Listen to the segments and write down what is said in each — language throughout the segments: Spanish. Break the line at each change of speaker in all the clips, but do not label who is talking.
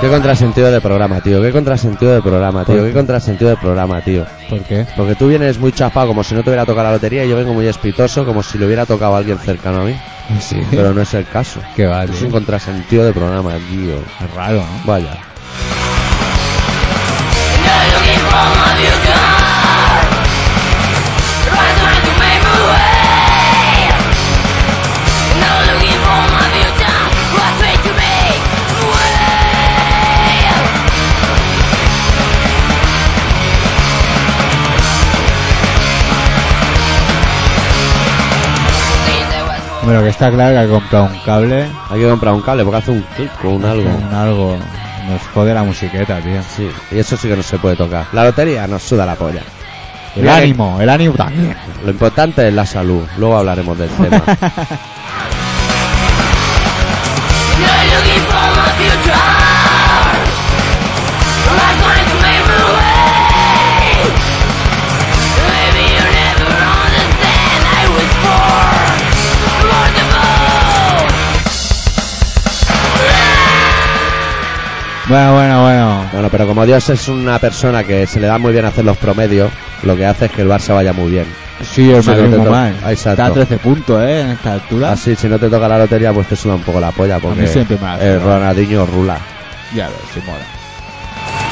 Qué contrasentido de programa, tío. Qué contrasentido de programa, tío.
¿Por
Qué
qué?
contrasentido de programa, tío.
¿Por qué?
Porque tú vienes muy chafado, como si no te hubiera tocado la lotería, y yo vengo muy espitoso, como si le hubiera tocado a alguien cercano a mí.
Sí.
Pero no es el caso.
Qué va,
Es
tío.
un contrasentido de programa, tío.
Es raro, ¿no?
Vaya.
Bueno, que está claro que ha comprado un cable
Hay que comprar un cable porque hace un clic o un algo.
con algo. Nos jode la musiqueta, tío.
Sí, y eso sí que no se puede tocar. La lotería nos suda la polla.
El
Mira que-
ánimo, el ánimo también.
Lo importante es la salud. Luego hablaremos del tema.
Bueno, bueno, bueno.
Bueno, pero como Dios es una persona que se le da muy bien hacer los promedios, lo que hace es que el Barça vaya muy bien.
Sí, el
Sí,
Madrid
lo
muy
tengo.
mal.
Ah, exacto.
Está a 13 puntos, ¿eh? En esta altura.
Así, Ah, si no te toca la lotería, pues te suda un poco la polla, porque
mí siempre me hace.
el Ronaldinho rula.
Ya ves, si mola.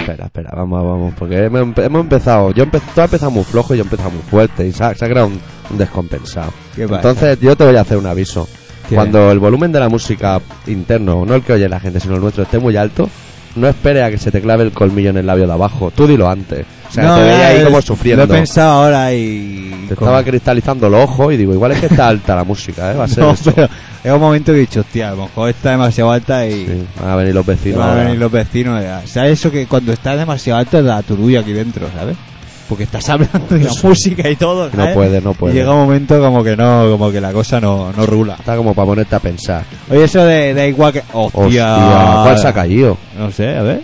Espera, espera, vamos, vamos, porque hemos, empe- hemos empezado, yo empe- tú has empezado muy flojo y yo he empezado muy fuerte y se ha, se ha creado un, un descompensado.
¿Qué pasa?
Entonces yo te voy a hacer un aviso.
¿Qué?
Cuando el volumen de la música interno, no el que oye la gente, sino el nuestro, esté muy alto, no espere a que se te clave el colmillo en el labio de abajo. Tú dilo antes. O sea,
No,
te veía
ya
ahí
ves,
como sufriendo.
Lo he pensado ahora y.
Te
con-
estaba cristalizando los ojos y digo, igual es que está alta la música, ¿eh? Va a ser
No,
eso.
pero es un momento que he dicho, hostia, a lo mejor está demasiado alta y.
Sí, van a venir los
y
vecinos.
van a
ahora.
venir los vecinos. ya. ¿Sabes eso que cuando está demasiado alta la turulla aquí dentro, ¿sabes? Porque estás hablando de la música y todo.
No
¿sabes?
puede, no puede.
Y ¿Eh? llega un momento como que no, como que la cosa no, no rula.
Está como para ponerte a pensar.
Oye, eso de, de igual que. Hostia.
Hostia, ¿cuál se ha caído?
No sé, a ver.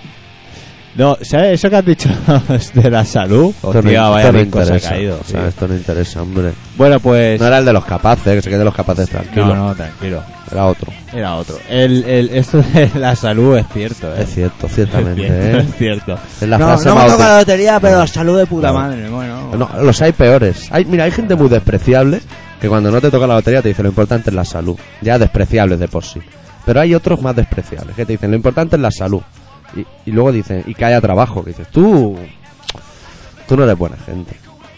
No, ¿sabes eso que has dicho de la salud?
Esto no-
Hostia, vaya
esto no
disco se ha
interesa,
caído.
o
sí.
sea, Esto no interesa, hombre.
Bueno, pues.
No era el de los capaces, que se quede los capaces tranquilo.
no, no, tranquilo.
Era otro.
Era otro. El, el, esto de la salud es cierto, ¿eh?
Es cierto,
Es
ciertamente,
cierto,
¿eh?
es cierto.
Es la
no,
frase
no me
más
toca
auténtica.
la lotería, pero la salud de puta
No.
madre. Bueno,
No, los hay peores. Hay, mira, hay gente muy despreciable que cuando no te toca la lotería te dice lo importante es la salud. Ya despreciables de por sí. Pero hay otros más despreciables que te dicen lo importante es la salud. Y, y luego dicen, y que haya trabajo. Que dices, tú. Tú no eres buena gente.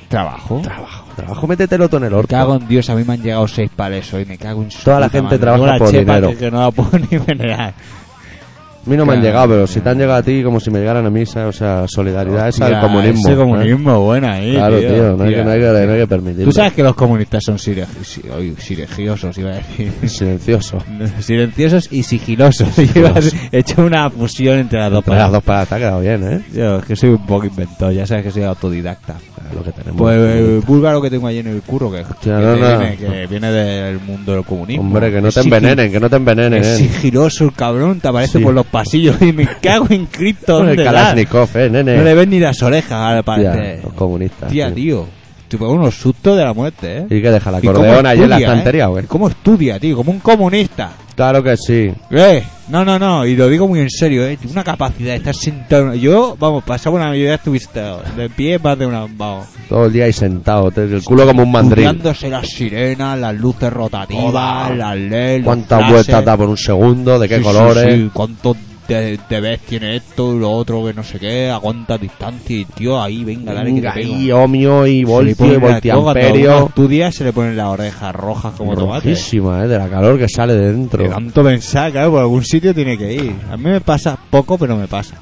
trabajo.
Trabajo, trabajo, métetelo tú en el orto.
Cago en Dios, a mí me han llegado seis pales hoy, me cago en su
Toda la
puta
gente
madre.
trabaja
Tengo la
por
chepa
dinero.
Que, que no la puedo ni venerar.
A mí no me han
Claro,
llegado, pero si
claro.
te han llegado a ti, como si me llegaran a mí, ¿sabes? o sea, solidaridad, esa
Hostia,
del comunismo.
Ese
¿eh?
comunismo, bueno ahí.
Claro, tío, no, hay que,
hostia.
no, hay que, no hay que permitirlo.
Tú sabes que los comunistas son siregi- si- oy, siregiosos, iba a decir.
Silencioso.
Silenciosos y sigilosos. Llevas hecho una fusión entre las dos
Entre las
palabras.
dos palabras, te ha quedado bien, ¿eh?
Yo, es que soy un poco inventor, ya sabes que soy autodidacta.
Ah, Lo que tenemos.
Pues el búlgaro que tengo allí en el curro, que, que
no, no.
viene, que viene del mundo del comunismo.
Hombre, que no te
Sigi-
envenenen, que no te envenenen,
Es
¿eh?
sigiloso el cabrón, te aparece
Sí.
por los pasillos y me cago en Cristo.
Con el
¿dónde vas?
Kalashnikov, ¿eh,
No le
nene?
ven ni las orejas, ahora parece.
Tía, los comunistas.
Tía,
sí.
tío. Te pego unos sustos de la muerte, eh.
Y que deja la
¿Y cómo
acordeona allí en la
estudia,
estantería,
eh?
güey.
¿Cómo estudia, tío? Como un comunista.
Claro que sí.
Eh, no, no, no, y lo digo muy en serio, eh. Tiene una capacidad de estar sentado. Yo, vamos, pasaba una mayoría estuviste de pie más de una. Vamos.
Todo el día ahí sentado, te- el culo como un mandril.
Estudiándose las sirenas, las luces rotativas,
Joda.
las leyes.
¿Cuántas vueltas da por un segundo? ¿De qué colores?
¿Cuántos de, vez tiene esto y lo otro que no sé qué? ¿A cuántas distancias? Y tío, ahí, venga, dale que te
Venga,
pego.
ahí, ohmio y
Se le
voltio
pone
y
la coga, todo el mundo
voltiamperio.
Estudia, se le ponen las orejas rojas como tomates.
Rojísima, ¿eh? De la calor que sale de dentro.
De tanto pensar, claro, por algún sitio tiene que ir. A mí me pasa poco, pero me pasa.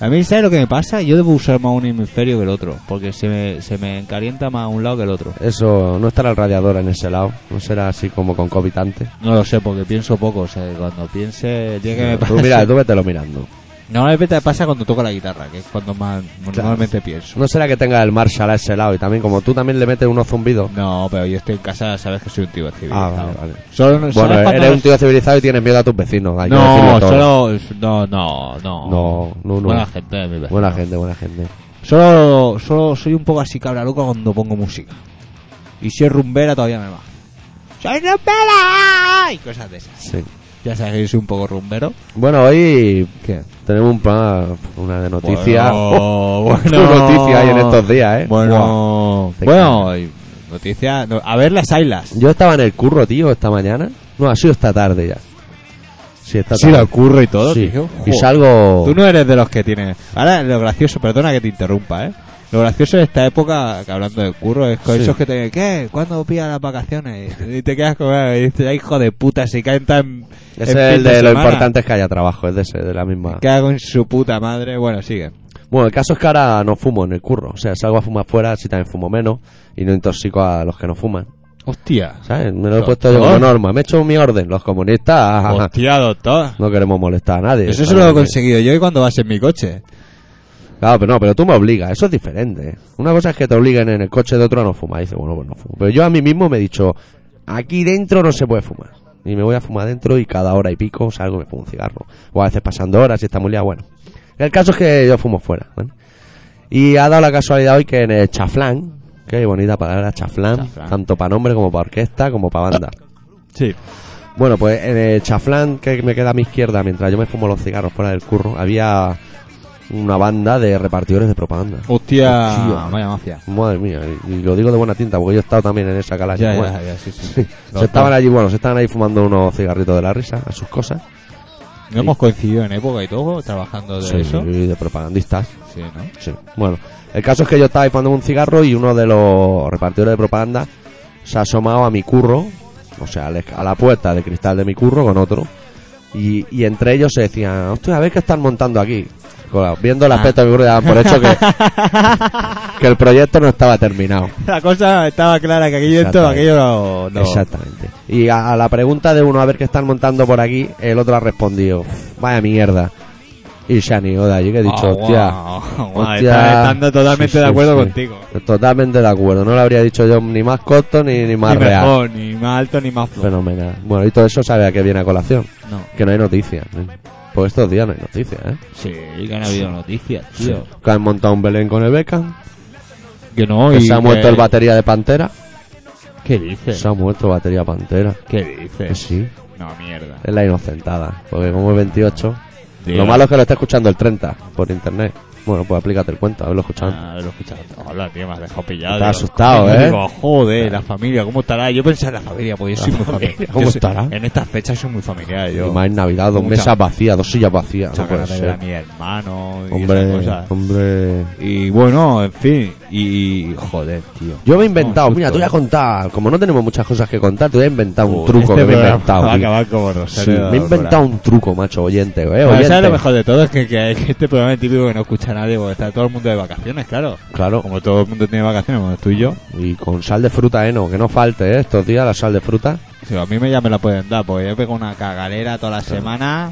A mí, ¿sabes lo que me pasa? Yo debo usar más un hemisferio que el otro, porque se me, se me encalienta más un lado que el otro.
Eso, no estará el radiador en ese lado, no será así como concomitante.
No lo sé, porque pienso poco, o sea, cuando piense, el día que me
Tú
pase-
mira, tú vételo mirando.
Normalmente me pasa cuando toco la guitarra, que es cuando más normalmente pienso.
No será que tenga el Marshall a ese lado y también como tú también le metes unos zumbidos.
No, pero yo estoy en casa, sabes que soy un tío civil.
Ah, vale, vale.
Solo, no-
Bueno,
¿sabes cuando
eres un
los-
tío civilizado y tienes miedo a tus vecinos. hay que
No,
decirlo todo.
solo... No, no, no.
No, no, no.
Buena gente, mi vecino.
Buena gente, buena gente.
Solo, solo soy un poco así cabra loca cuando pongo música. Y si es rumbera todavía me va. ¡Soy rumbera! Y cosas de esas.
Sí.
Ya sabes que yo soy un poco rumbero.
Bueno, hoy
¿Qué?
tenemos un pa- una de noticias.
Bueno,
Qué noticias hay en estos días, eh. Buah.
Bueno,
Te
bueno, y noticias... no, a ver las ailas.
Yo estaba en el curro, tío, esta mañana. No, ha sido esta tarde ya. Sí, esta
Sí,
tarde.
lo ocurre y todo,
Sí.
tío.
Y
Joder.
salgo.
Tú no eres de los que tienen. Ahora, lo gracioso, perdona que te interrumpa, ¿eh? Lo gracioso de esta época, que hablando de curro, es con
Sí.
esos que te. ¿Qué? ¿Cuándo pillan las vacaciones? Y te quedas con. Y dices, "Ay, este hijo de puta, si caen tan.
Ese
en
es
fin
el de lo
semana".
importante es que haya trabajo, es de ese, de la misma.
Cago en su puta madre. Bueno, sigue.
Bueno, el caso es que ahora no fumo en el curro. O sea, salgo a fumar fuera, si también fumo menos. Y no intoxico a los que no fuman.
Hostia.
¿Sabes? Me lo he
Doctor.
puesto yo como norma. Me he hecho mi orden. Los comunistas.
Hostia, doctor.
No queremos molestar a nadie.
Eso se lo he conseguido yo y cuando vas en mi coche.
Claro, pero no, pero tú me obligas, eso es diferente. Una cosa es que te obliguen en el coche de otro a no fumar. Y dices, bueno, pues no fumo. Pero yo a mí mismo me he dicho, aquí dentro no se puede fumar. Y me voy a fumar dentro y cada hora y pico salgo y me fumo un cigarro. O a veces pasando horas y está muy liado, bueno. El caso es que yo fumo fuera, ¿vale? Y ha dado la casualidad hoy que en el chaflán, qué bonita palabra, chaflán,
Chaflán.
tanto para nombre como para orquesta como para banda.
Sí.
Bueno, pues en el chaflán que me queda a mi izquierda, mientras yo me fumo los cigarros fuera del curro, había una banda de repartidores de propaganda.
Oh. Hostia.
Hostia.
Vaya mafia.
Madre mía, y y lo digo de buena tinta porque yo he estado también en esa calaña.
Ya,
Ah, Bueno,
ya, ya, sí, sí.
se estaban allí, bueno, se estaban ahí fumando unos cigarritos de la risa, a sus cosas.
No hemos coincidido en época y todo, trabajando de eso.
y de propagandistas.
Sí, ¿no?
Sí. Bueno, el caso es que yo estaba ahí fumando un cigarro y uno de los repartidores de propaganda se ha asomado a mi curro, o sea, al esc- a la puerta de cristal de mi curro con otro. Y, y entre ellos se decían, hostia, a ver qué están montando aquí. Claro, viendo
Ah.
el aspecto de mi curro, ya daban por hecho que, que el proyecto no estaba terminado.
La cosa estaba clara que aquello dentro,
Exactamente.
aquello no. no.
Exactamente. Y a, a la pregunta de uno, a ver qué están montando por aquí, el otro ha respondido, vaya mierda. Y se han ido de allí, que he dicho,
Ah,
hostia.
guau, guau,
hostia.
está- Estando totalmente
Sí,
de
sí,
acuerdo
sí.
contigo.
Totalmente de acuerdo. No lo habría dicho yo ni más corto ni, ni más
ni
real.
mejor, ni más alto, ni más flojo.
Fenomenal. Bueno, y todo eso sabe a qué viene a colación.
No.
Que no hay noticias. ¿eh? Pues estos días no hay noticias, ¿eh?
Sí, que han habido noticias, tío.
Que han montado un Belén con el Beckham.
Que no,
Que
y
se ha
que-
muerto el batería de Pantera.
¿Qué dices?
Se ha muerto batería Pantera.
¿Qué
Que
dices?
sí.
No, mierda.
Es la inocentada. Porque como es 28.
Tío.
Lo malo es que lo está escuchando el 30 por internet. Bueno, pues aplícate el cuento, haberlo escuchado.
Ah, lo he escuchado. Hola, tío, me has dejado pillado.
Estás
digo,
asustado,
coño,
¿eh?
Digo, joder, la familia, ¿cómo estará? Yo pensaba en la familia, pues yo soy muy familiar.
¿Cómo
Yo soy-
estará?
En estas fechas soy muy familiar,
y
yo.
más en Navidad, dos
Mucha-
mesas vacías, dos sillas vacías. No
Muchas
puede
ganas de ver a
ser.
mi hermano y esas
Hombre,
cosas.
hombre.
Y bueno, en fin, y, y- joder, tío.
Yo me he inventado,
No,
mira, te voy a contar, como no tenemos muchas cosas que contar, te voy a inventar un
Uy,
truco
este
que me he
programa
inventado.
Va a
tío.
acabar como
Sí,
Rosario.
me he inventado un truco, macho, oyente, eh,
Pero ¿sabes
oyente.
lo mejor de todo? Es que, que- que este programa es típico que no escucha nadie porque está todo el mundo de vacaciones, claro.
Claro,
Como todo el mundo tiene vacaciones, como tú y yo.
y con sal de fruta, eh, no, que no falte, eh, estos días la sal de fruta.
Si a mí me ya me la pueden dar porque yo pego una cagalera toda la semana.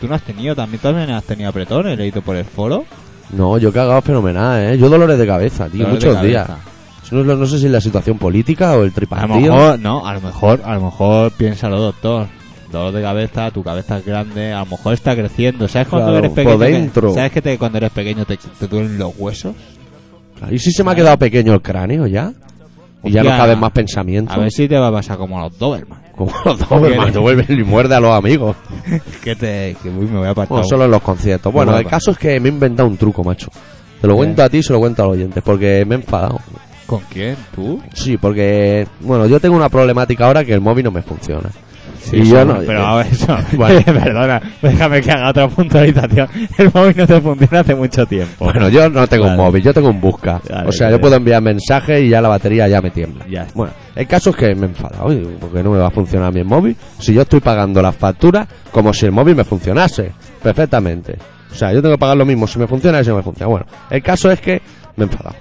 Tú no has tenido, también también has tenido apretones, leído por el foro.
No, yo he cagado fenomenal, eh, yo dolores de cabeza, tío,
Dolor de
muchos días.
cabeza.
No, no sé si es la situación política o el
A lo
tripartido.
mejor, no, a lo mejor, a lo mejor piénsalo, doctor. Dolor de cabeza, tu cabeza es grande, a lo mejor está creciendo. ¿Sabes cuando
Claro,
eres
por
pequeño? que-
dentro.
¿Sabes que te- cuando eres pequeño te, te duelen los huesos?
¿Y si se me ha quedado pequeño el cráneo ya? Y ya no
Hostia.
caben más pensamientos.
A ver si te va a pasar como a los Doberman.
Como los Doberman, te vuelven y muerde a los amigos.
Que te. Que uy, me voy a apartar.
Bueno, Pues solo en los conciertos. Bueno,
Bueno,
el
va.
caso es que me he inventado un truco, macho. Te lo
¿Qué?
cuento a ti y se lo cuento a los oyentes, porque me he enfadado.
¿Con quién? ¿Tú?
Sí, porque, bueno, yo tengo una problemática ahora que el móvil no me funciona. Sí,
Sí,
yo
sí,
no-
Pero a ver, eso.
Bueno.
Perdona, déjame que haga otra puntualización. El móvil no te funciona hace mucho tiempo.
Bueno, yo no tengo un
Vale.
móvil, yo tengo un busca.
Vale,
o sea,
vale.
yo puedo enviar mensajes y ya la batería ya me tiembla.
Ya está.
Bueno, el caso es que me he enfadado, y digo, porque no me va a funcionar mi móvil si yo estoy pagando las facturas como si el móvil me funcionase. perfectamente. O sea, yo tengo que pagar lo mismo si me funciona y si no me funciona. Bueno, el caso es que me he enfadado.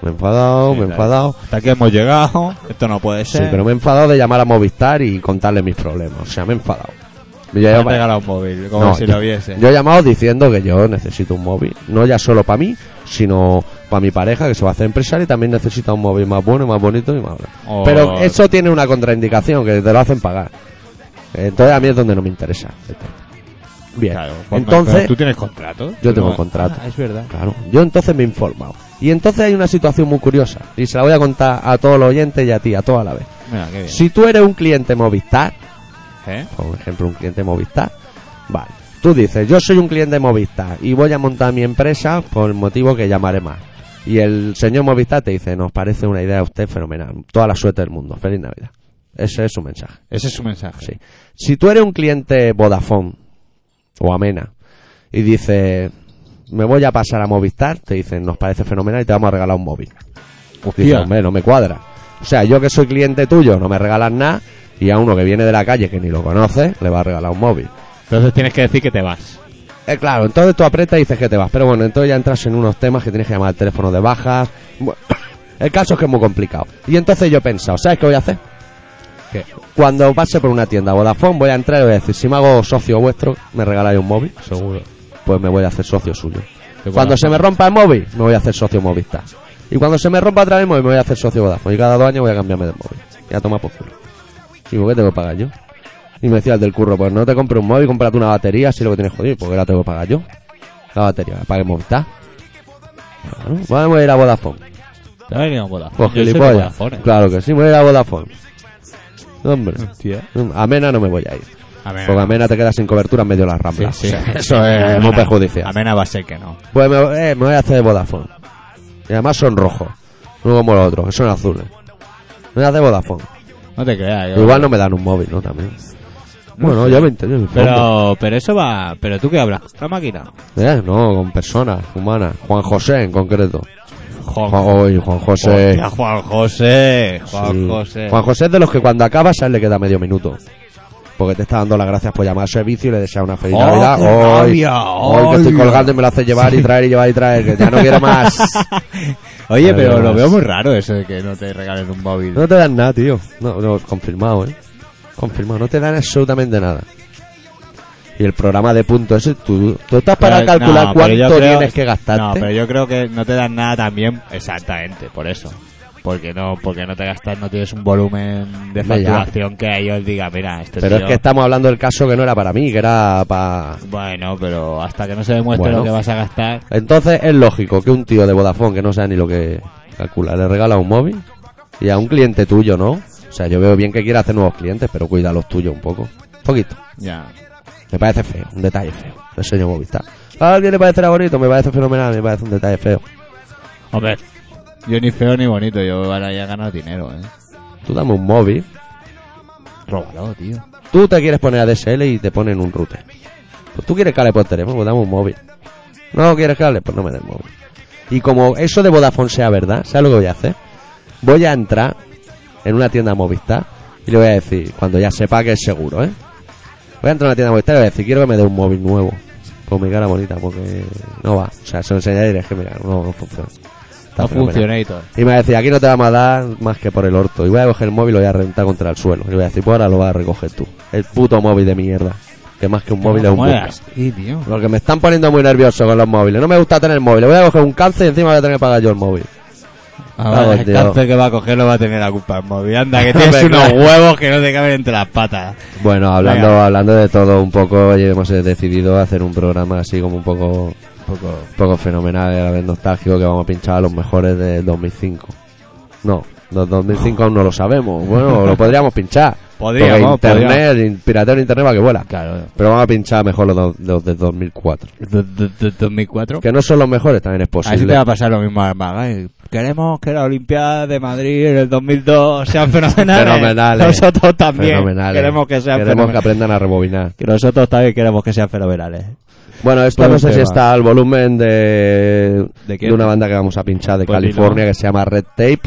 Me he enfadado,
Sí,
me he
claro.
enfadado.
Hasta aquí hemos llegado. Esto no puede
Sí,
ser.
pero me he enfadado de llamar a Movistar y contarle mis problemas. O sea, me he enfadado. Yo
me
he
han
llamado-
regalado un móvil, como
No,
si
yo-
lo viese.
Yo he llamado diciendo que yo necesito un móvil. No ya solo para mí, sino para mi pareja que se va a hacer empresaria y también necesita un móvil más bueno, más bonito y más grande.
Oh.
Pero eso tiene una contraindicación, que te lo hacen pagar. Entonces a mí es donde no me interesa. Bien,
Claro, pues, pero
entonces
¿Tú tienes contrato?
yo tengo
No.
contrato.
Ah, es verdad.
Claro, yo entonces me he informado. Y entonces hay una situación muy curiosa, y se la voy a contar a todos los oyentes y a ti, a toda la vez.
Mira, qué bien.
Si tú eres un cliente Movistar,
¿Eh?
por ejemplo, un cliente Movistar. Vale. Tú dices, yo soy un cliente Movistar y voy a montar mi empresa por el motivo que llamaré más. Y el señor Movistar te dice, nos parece una idea a usted fenomenal. Toda la suerte del mundo. Feliz Navidad. Ese es su mensaje.
Ese es su mensaje.
Sí. Si tú eres un cliente Vodafone o Amena y dices, me voy a pasar a Movistar, te dicen, nos parece fenomenal y te vamos a regalar un móvil. Dices,
Hostia.
hombre, no me cuadra. O sea, yo que soy cliente tuyo, no me regalas nada y a uno que viene de la calle que ni lo conoce, le va a regalar un móvil.
Entonces tienes que decir que te vas.
Eh, claro, entonces tú aprietas y dices que te vas. Pero bueno, entonces ya entras en unos temas que tienes que llamar al teléfono de bajas. Bueno, el caso es que es muy complicado. Y entonces yo he pensado, ¿sabes qué voy a hacer?
¿Qué?
Cuando pase por una tienda Vodafone voy a entrar y voy a decir, si me hago socio vuestro, me regaláis un móvil.
Seguro.
Pues me voy a hacer socio suyo.
Te
Cuando
guardas.
se me rompa el móvil, me voy a hacer socio Movistar. Y cuando se me rompa otra vez el móvil, me voy a hacer socio Vodafone. Y cada dos años voy a cambiarme de móvil. Ya toma por culo. Digo, ¿qué tengo que pagar yo? Y me decía el del curro, pues no te compres un móvil, cómprate una batería, si lo que tienes jodido, porque la tengo que pagar yo. La batería, la pague Movistar. Claro, vamos a ir a Vodafone.
Te ha venido un Vodafone.
Pues
Yo soy de
gilipollas.
Vodafone.
Claro que sí, me voy a ir a Vodafone. Hombre,
Hostia.
a Mena no me voy a ir.
A ver,
Porque a Mena te quedas sin cobertura en medio de las
Sí,
ramblas.
sí.
O sea,
Eso es
muy
Amena-
perjudicial.
Amena va a ser que no.
Pues me, eh, me voy a hacer de Vodafone. Y además son rojos. No como los otros, que son azules. Me voy a hacer Vodafone.
No te creas. yo-
Igual no me dan un móvil, ¿no? También. bueno,
sé.
yo me entiendo.
Pero, pero eso va. Pero tú qué hablas. La máquina.
Eh, no, con personas humanas. Juan José en concreto.
Juan,
Juan, uy, Juan José.
Hostia, Juan José.
Sí.
Juan José.
Juan José es de los que cuando acabas ya le queda medio minuto. Porque te está dando las gracias por llamar al servicio y le desea una feliz
Oh,
Navidad.
qué
Hoy,
rabia,
hoy que estoy
hola.
colgando y me lo hace llevar y traer y llevar y traer, que ya no quiero más.
Oye,
Madre
pero
mía.
lo veo muy raro eso de que no te regalen un móvil.
No te dan nada, tío. No, no, confirmado, ¿eh? Confirmado, no te dan absolutamente nada. Y el programa de punto ese, tú, tú estás para
Pero-
calcular
no, pero yo
cuánto
creo-
tienes que gastarte.
No, pero yo creo que no te dan nada también exactamente, por eso. Porque no, porque no te gastas, no tienes un volumen de
Hombre, ya.
facturación que a ellos diga, mira, este
Pero es
tío-
que estamos hablando del caso que no era para mí, que era para...
Bueno, pero hasta que no se demuestre
Bueno.
lo que vas a gastar,
Entonces es lógico que un tío de Vodafone que no sabe ni lo que calcula le regala un móvil y a un cliente tuyo, ¿no? O sea, yo veo bien que quiera hacer nuevos clientes, pero cuida los tuyos un poco. Un poquito.
ya.
Me parece feo, un detalle feo. El señor Movistar. Ah, A alguien le parecerá bonito, me parece fenomenal, me parece un detalle feo.
Hombre, yo ni feo ni bonito, yo ahora ya he ganado dinero, eh.
Tú dame un móvil
Róbalo, tío.
Tú te quieres poner ADSL y te ponen un router. Pues tú quieres que hable por teléfono, pues dame un móvil. No quieres que hable, pues no me des móvil. Y como eso de Vodafone sea verdad, ¿sabes lo que voy a hacer? Voy a entrar en una tienda Movistar y le voy a decir, cuando ya sepa que es seguro, ¿eh? Voy a entrar en una tienda Movistar y le voy a decir, quiero que me dé un móvil nuevo. Con mi cara bonita, porque no va. O sea, se lo enseñaré y diré, es que mira, no, no funciona. Está
No
fenomenal.
funciona y todo.
Y me va a decir, aquí no te vamos a dar más que por el orto. Y voy a coger el móvil y lo voy a rentar contra el suelo. Y le voy a decir, pues ahora lo vas a recoger tú. El puto móvil de mierda. Que más que un móvil es un bucle.
Sí, tío.
Lo que me están poniendo muy nervioso con los móviles. No me gusta tener móvil. Voy a coger un cáncer y encima voy a tener que pagar yo el móvil.
Ahora
Vamos,
el
Ah, tío.
cáncer que va a coger lo va a tener la culpa el móvil. Anda, que tienes
Hombre,
unos
claro.
huevos que no te caben entre las patas.
Bueno, hablando,
Venga.
hablando de todo un poco, oye, hemos eh, decidido hacer un programa así como un poco,
Un poco...
poco fenomenal y a la vez nostálgico que vamos a pinchar a los mejores de 2005. No, los 2005 aún no lo sabemos. Bueno, lo podríamos pinchar.
Podríamos,
Porque internet, pirateo en internet va que vuela.
Claro.
Pero vamos a pinchar mejor los, do- los de 2004.
Do- do- do- 2004.
Que no son los mejores, también es
Así te
posible.
va a pasar lo mismo al Magai. Queremos que las Olimpiadas de Madrid en el 2002 sean fenomenales.
Fenomenales.
Nosotros también.
Fenomenales.
Queremos que sean
eh. Queremos que
fenomenales.
aprendan a rebobinar.
Que nosotros también queremos que sean fenomenales.
Bueno, esto
Pues
no sé
te
si
va.
está al volumen de,
¿De qué?
una banda que vamos a pinchar de
Pues dilo.
California que se llama Red Tape.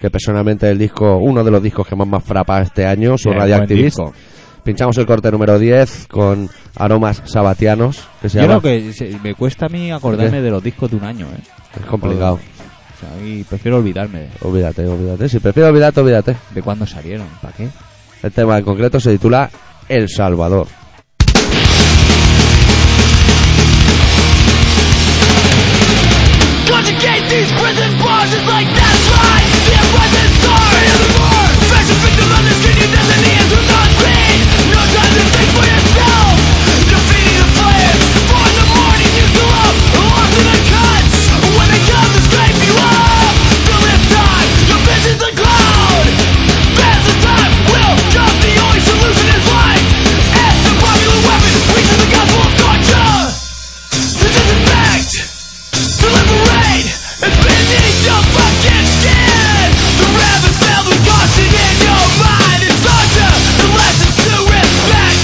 Que personalmente es el disco, uno de los discos que más me ha frapado este año, su
Bien, buen
radioactivista.
disco.
Pinchamos el corte número 10 con aromas sabatianos, que se
Yo
llama...
creo que se- me cuesta a mí acordarme de los discos de un año, ¿eh?
Es complicado.
O sea, y prefiero olvidarme de,
Olvídate, olvídate. Si prefiero olvidarte, olvídate.
de cuándo salieron. ¿Para qué?
El tema en concreto se titula El Salvador.
Conjugate these prison bars is like that's right. Their presence are anymore. Fashion victim understanding that the needs are not paid. No time to think for yourself. Defeating the players. Four in the morning, you go up. Lost in the cuts. When they come to scrape you up. Till this time, your business the cloud. Pass the time will come. The only solution is life. As the popular weapon, reaches the gospel of torture. To disinfect. To liberate and beneath your fucking skin The rap is filled with caution in your mind It's torture, the lessons to respect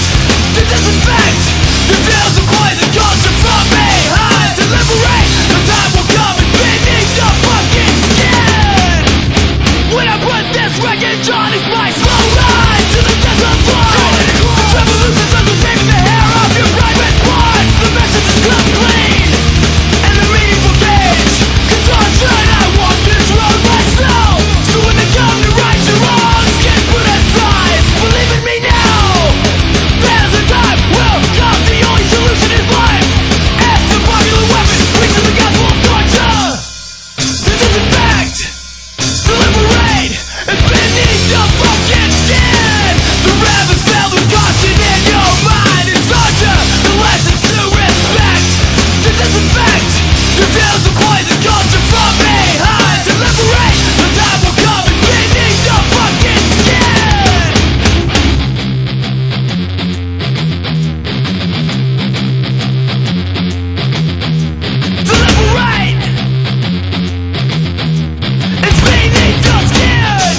To disinfect the veils of poison culture from behind To liberate, the time will come and beneath your fucking skin when I put this record on, it's my slow ride to the death of life. This revolution's undertaking the hair off your private parts. The message is come clean, and the meaning will change. Cause on tonight I walk this road myself. So when they come to right your wrongs, can't put aside. Believe in me now. There's a time will come. The only solution is life. As the popular weapon, preaching the gospel of torture. To disinfect. To liberate and beneath your fucking skin The rap is filled with caution in your mind It's torture, the lessons to respect To disinfect the tales of poison culture from behind To liberate, the time will come and beneath your fucking skin To liberate it's beneath your skin.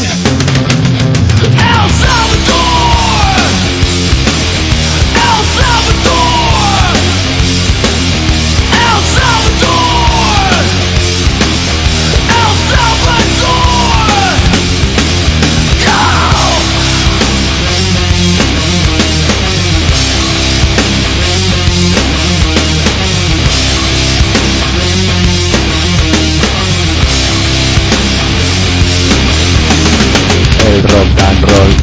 El Salvador. El Salvador. El Salvador. El Salvador. Go!
El rock and roll.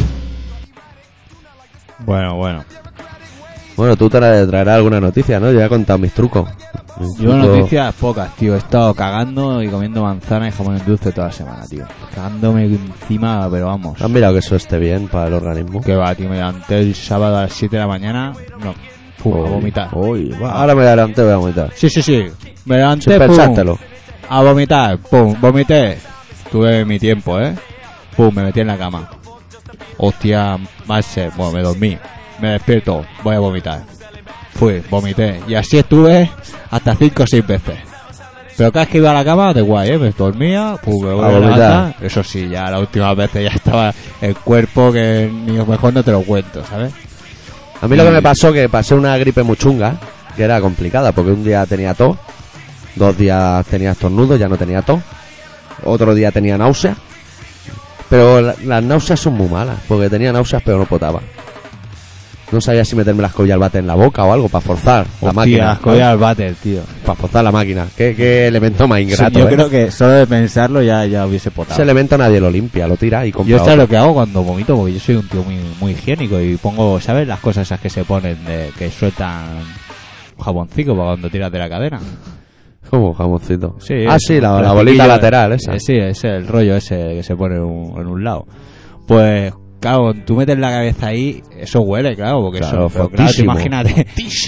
Bueno, bueno.
Bueno, tú te la- traerás alguna noticia, ¿no? Yo ya he contado mis trucos. Mis
Yo
trucos-
noticias pocas, tío. He estado cagando y comiendo manzana y jamón en dulce toda la semana, tío. Cagándome encima, pero vamos.
¿Has mirado que eso esté bien para el organismo?
Que va, tío. Me levanté el sábado a las 7 de la mañana. No. Pum, a
Uy,
vomitar.
uy, va, ahora me adelanté, voy a vomitar.
Oh, Sí, sí, sí.
Sin
Me levanté, pum.
pensártelo.
A vomitar, pum, vomité. Tuve mi tiempo, ¿eh? Pum, me metí en la cama. Hostia, Marcel, bueno, me dormí. Me despierto, voy a vomitar. Fui, vomité. Y así estuve hasta 5 o 6 veces. Pero cada vez que iba a la cama, de guay, ¿eh? Me dormía, pum, me volvía a
vomitar.
levantar. Eso sí, ya las últimas veces ya estaba el cuerpo que ni mejor no te lo cuento, ¿sabes?
A mí lo que me pasó que pasé una gripe muy chunga, que era complicada, porque un día tenía tos, dos días tenía estornudo, ya no tenía tos, otro día tenía náuseas, pero la- las náuseas son muy malas, porque tenía náuseas pero no potaba. No sabía si meterme las collas al bate en la boca o algo para forzar la Pues máquina.
cogía al váter, tío.
Para forzar la máquina. Qué, qué elemento más ingrato.
Yo
¿eh?
creo que solo de pensarlo ya, ya hubiese potado.
Ese elemento nadie lo limpia, lo tira y compra
Yo sé
otro.
lo que hago cuando vomito, porque yo soy un tío muy, muy higiénico y pongo, ¿sabes? Las cosas esas que se ponen, de, que sueltan jaboncito para cuando tiras de la cadena.
Como un jamoncito.
Sí,
ah,
es
sí, la,
un
la bolita
plastiquillo.
lateral esa.
Eh, sí, es el rollo ese que se pone un- en un lado. Pues, claro, tú metes la cabeza ahí, eso huele, claro, porque
Claro,
eso, pero claro, tú
fortísimo.
imagínate,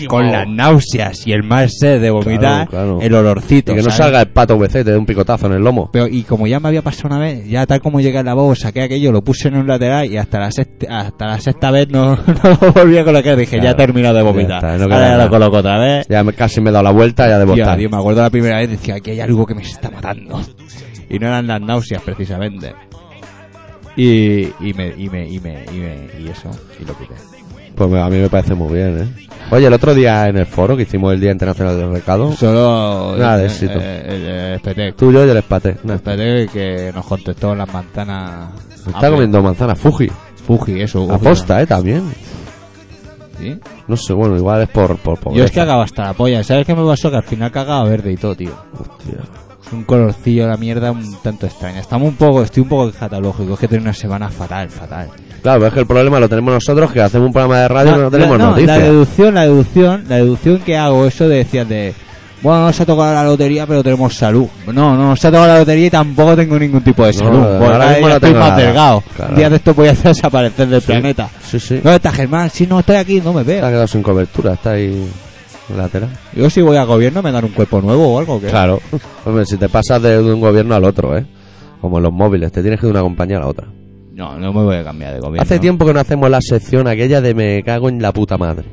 con las náuseas y el mal sed de vomitar,
Claro, claro.
el olorcito.
Y que no
¿sabes?
salga el pato VC, te dé un picotazo en el lomo.
Pero, y como ya me había pasado una vez, ya tal como llegué al lavabo, saqué aquello, lo puse en un lateral y hasta la sexta, hasta la sexta vez no, no lo volví a colocar. Dije,
Claro,
ya he terminado de
ya
vomitar.
está, no queda
Ahora ya
nada.
lo coloco otra vez.
Ya me- casi me he dado la vuelta ya de
Tío,
botar.
tío, me acuerdo la primera vez, decía, aquí hay algo que me está matando. Y no eran las náuseas, precisamente. Y, y me, y me, y me, y me, y eso, y lo quité.
Pues me- a mí me parece muy bien, ¿eh? Oye, el otro día en el foro que hicimos el Día Internacional del Recado,
Solo,
Nada de
eh,
éxito.
eh, eh, esperé,
tú, yo y el espate. No,
esperé que nos contestó las manzanas.
está comiendo manzana Fuji.
Fuji, eso. Fuji,
Aposta, ¿eh? También.
así.
No sé, bueno, igual es por, por pobreza.
Yo es que cagaba hasta la polla. ¿Sabes qué me pasó? Que al final cagaba verde y todo, tío.
Hostia.
Es un colorcillo de la mierda un tanto extraña. Estamos un poco, estoy un poco catalógico. Es que tengo una semana fatal, fatal.
Claro, pero es que el problema lo tenemos nosotros, que hacemos un programa de radio y
La-
Ah, no tenemos
la, no,
noticias.
La deducción, la deducción, la deducción que hago, eso de decías de. Bueno, no se ha tocado la lotería, pero tenemos salud. No, no se ha tocado la lotería y tampoco tengo ningún tipo de
No,
salud.
ahora
porque cada
mismo
día
no
estoy
tengo
más
nada.
delgado.
Claro.
Días de esto voy a hacer desaparecer del
Sí.
planeta.
Sí, sí.
¿Dónde está Germán? Si no estoy aquí, no me
Se ha
veo.
quedado sin cobertura, está ahí lateral.
Yo si voy al gobierno me dan un cuerpo nuevo o algo. ¿qué?
Claro. Hombre, si te pasas de un gobierno al otro, ¿eh? Como los móviles, te tienes que ir de una compañía a la otra.
No, no me voy a cambiar de gobierno.
Hace tiempo que no hacemos la sección aquella de me cago en la puta madre.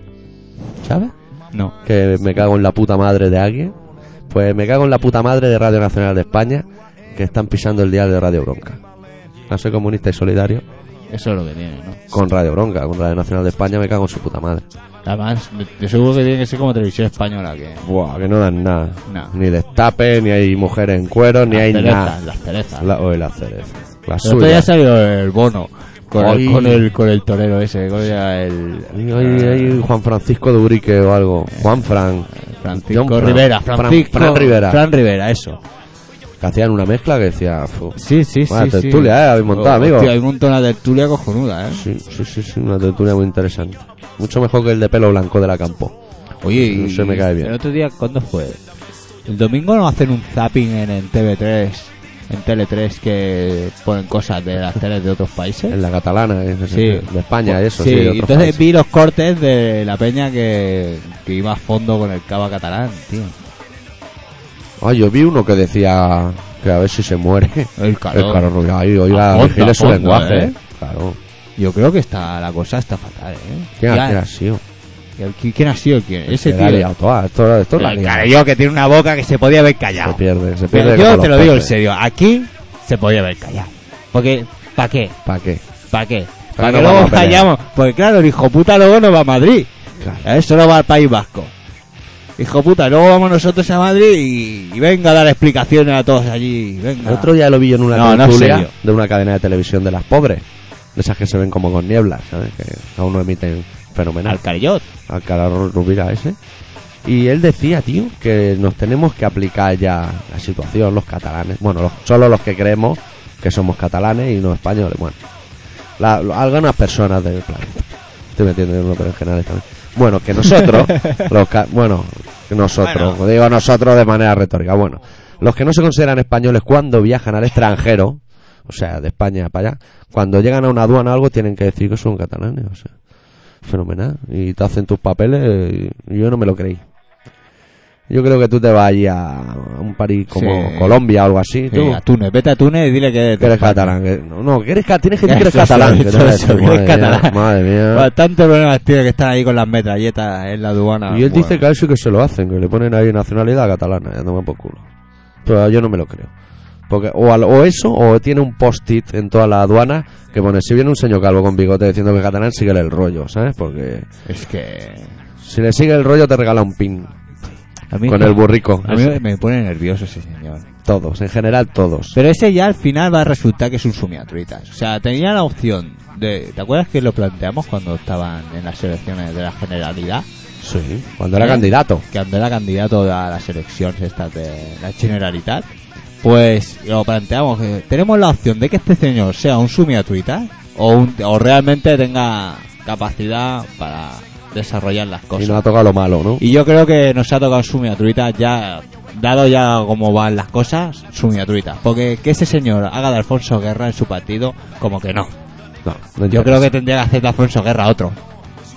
¿Sabes?
No.
Que me cago en la puta madre de alguien. Pues me cago en la puta madre de Radio Nacional de España, que están pisando el dial de Radio Bronca. No soy comunista y solidario
Eso es lo que tiene, ¿no?
con Radio Bronca, con Radio Nacional de España me cago en su puta madre.
Además, de- de seguro que tiene que ser como televisión española que...
Buah, que no dan nada.
Nah.
Ni destape, ni hay mujeres en cuero, ni
las
hay
cerezas,
nada.
Las cerezas.
La, hoy la cereza. La
Pero esto
suya.
ya salió el bono. Con
Ay.
el, con, el, con el torero ese, con el...
Ay, ay, ay, Juan Francisco de Urique o algo. Juan Fran.
Francisco
John Fran-
Rivera,
Fran-
Francisco,
Fran Rivera.
Fran Rivera, eso.
Que hacían una mezcla que decía. fu.
Sí, sí,
Buena
sí. sí.
tertulia, eh, habéis montado, amigo.
Hostia, hay un montón de tertulia cojonuda, eh.
Sí, sí, sí, sí, una tertulia muy interesante. Mucho mejor que el de pelo blanco de la campo.
Oye, y-
No se me cae bien.
El otro día, ¿cuándo fue? El domingo nos hacen un zapping en, en TV3, en Tele3, que ponen cosas de las teles de otros países.
En la catalana, eh,
Sí. Pues,
de España, y eso. Sí,
Sí,
de otros
entonces
países.
vi los cortes de la peña que, que iba a fondo con el cava catalán, tío.
Ay, yo vi uno que decía que a ver si se muere.
El calor.
El caro Rubio. Ay, oiga,
A fondo,
vigile
a
su
fondo,
lenguaje.
eh.
Claro.
Yo creo que está, la cosa está fatal, ¿eh?
¿Quién,
Ya,
ha- quién ha sido?
el- qui- ¿quién ha sido quién? Ese
Que la ha
tío.
liado toda, Esto, esto la
El
liga.
carayó que tiene una boca que se podía haber
Se
callado.
pierde, se
Pero
pierde.
yo te lo digo en serio, aquí se podía haber callado. Porque, ¿para qué?
¿Para qué?
¿Para qué?
Para
¿Para
que no
que luego
vamos a pelear.
vayamos? Porque claro, el hijo puta luego no va a Madrid.
Claro.
Eso solo va al País Vasco. Hijo puta, luego vamos nosotros a Madrid y, y venga a dar explicaciones a todos allí. Venga.
El otro día lo vi yo en una
No, no,
tertulia
serio.
de una cadena de televisión de las pobres. De esas que se ven como con niebla, ¿sabes? Que aún no emiten fenomenal.
al Carillot.
Al calor Rubira ese. Y él decía, tío, que nos tenemos que aplicar ya la situación, los catalanes. Bueno, los- solo los que creemos que somos catalanes y no españoles. Bueno, la- lo- algunas personas del planeta. Estoy metiendo en uno, pero en general también. Bueno, que nosotros, los ca- bueno, que nosotros, digo nosotros de manera retórica. Bueno, los que no se consideran españoles cuando viajan al extranjero, o sea, de España para allá, cuando llegan a una aduana o algo, tienen que decir que son catalanes. O sea, fenomenal. Y te hacen tus papeles, y yo no me lo creí. Yo creo que tú te vas allí a un país como
Sí.
Colombia o algo así. tú,
Sí, a Túnez, vete a Túnez y dile que eres
que eres
de España.
catalán. que- no, no, que eres, ca- tienes que decir que eres
Eso, eso,
catalán. que
eso,
no eres-
eso, que
madre
eres
mía,
catalán.
Madre mía.
Bastantes problemas, tío, que están ahí con las metralletas en la aduana.
Y él dice
Bueno.
que a eso que se lo hacen, que le ponen ahí nacionalidad catalana, ya no me por culo. Pero yo no me lo creo. Porque o, al- o eso, o tiene un post-it en toda la aduana que pone, si viene un señor calvo con bigote diciendo que es catalán, síguele el rollo, ¿sabes? Porque
Es que.
si le sigue el rollo te regala un pin.
a mí
Con
no-
el burrico.
A mí
ese.
me pone nervioso ese señor.
Todos, en general todos.
Pero ese ya al final va a resultar que es un sumiatruitas. O sea, tenía la opción de. ¿Te acuerdas que lo planteamos cuando estaban en las elecciones de la generalidad?
Sí, cuando era
¿Eh?
candidato.
Que cuando era candidato a las elecciones estas de la generalidad. Pues lo planteamos. eh, tenemos la opción de que este señor sea un sumiatruitas o, un- o realmente tenga capacidad para desarrollar las
Y
cosas.
nos ha tocado lo malo, ¿no?
Y yo creo que nos ha tocado Sumiatruita ya, dado ya cómo van las cosas, Sumiatruita. Porque que ese señor haga de Alfonso Guerra en su partido, como que no.
No, no
Yo
interesa.
creo que tendría que hacer de Alfonso Guerra otro.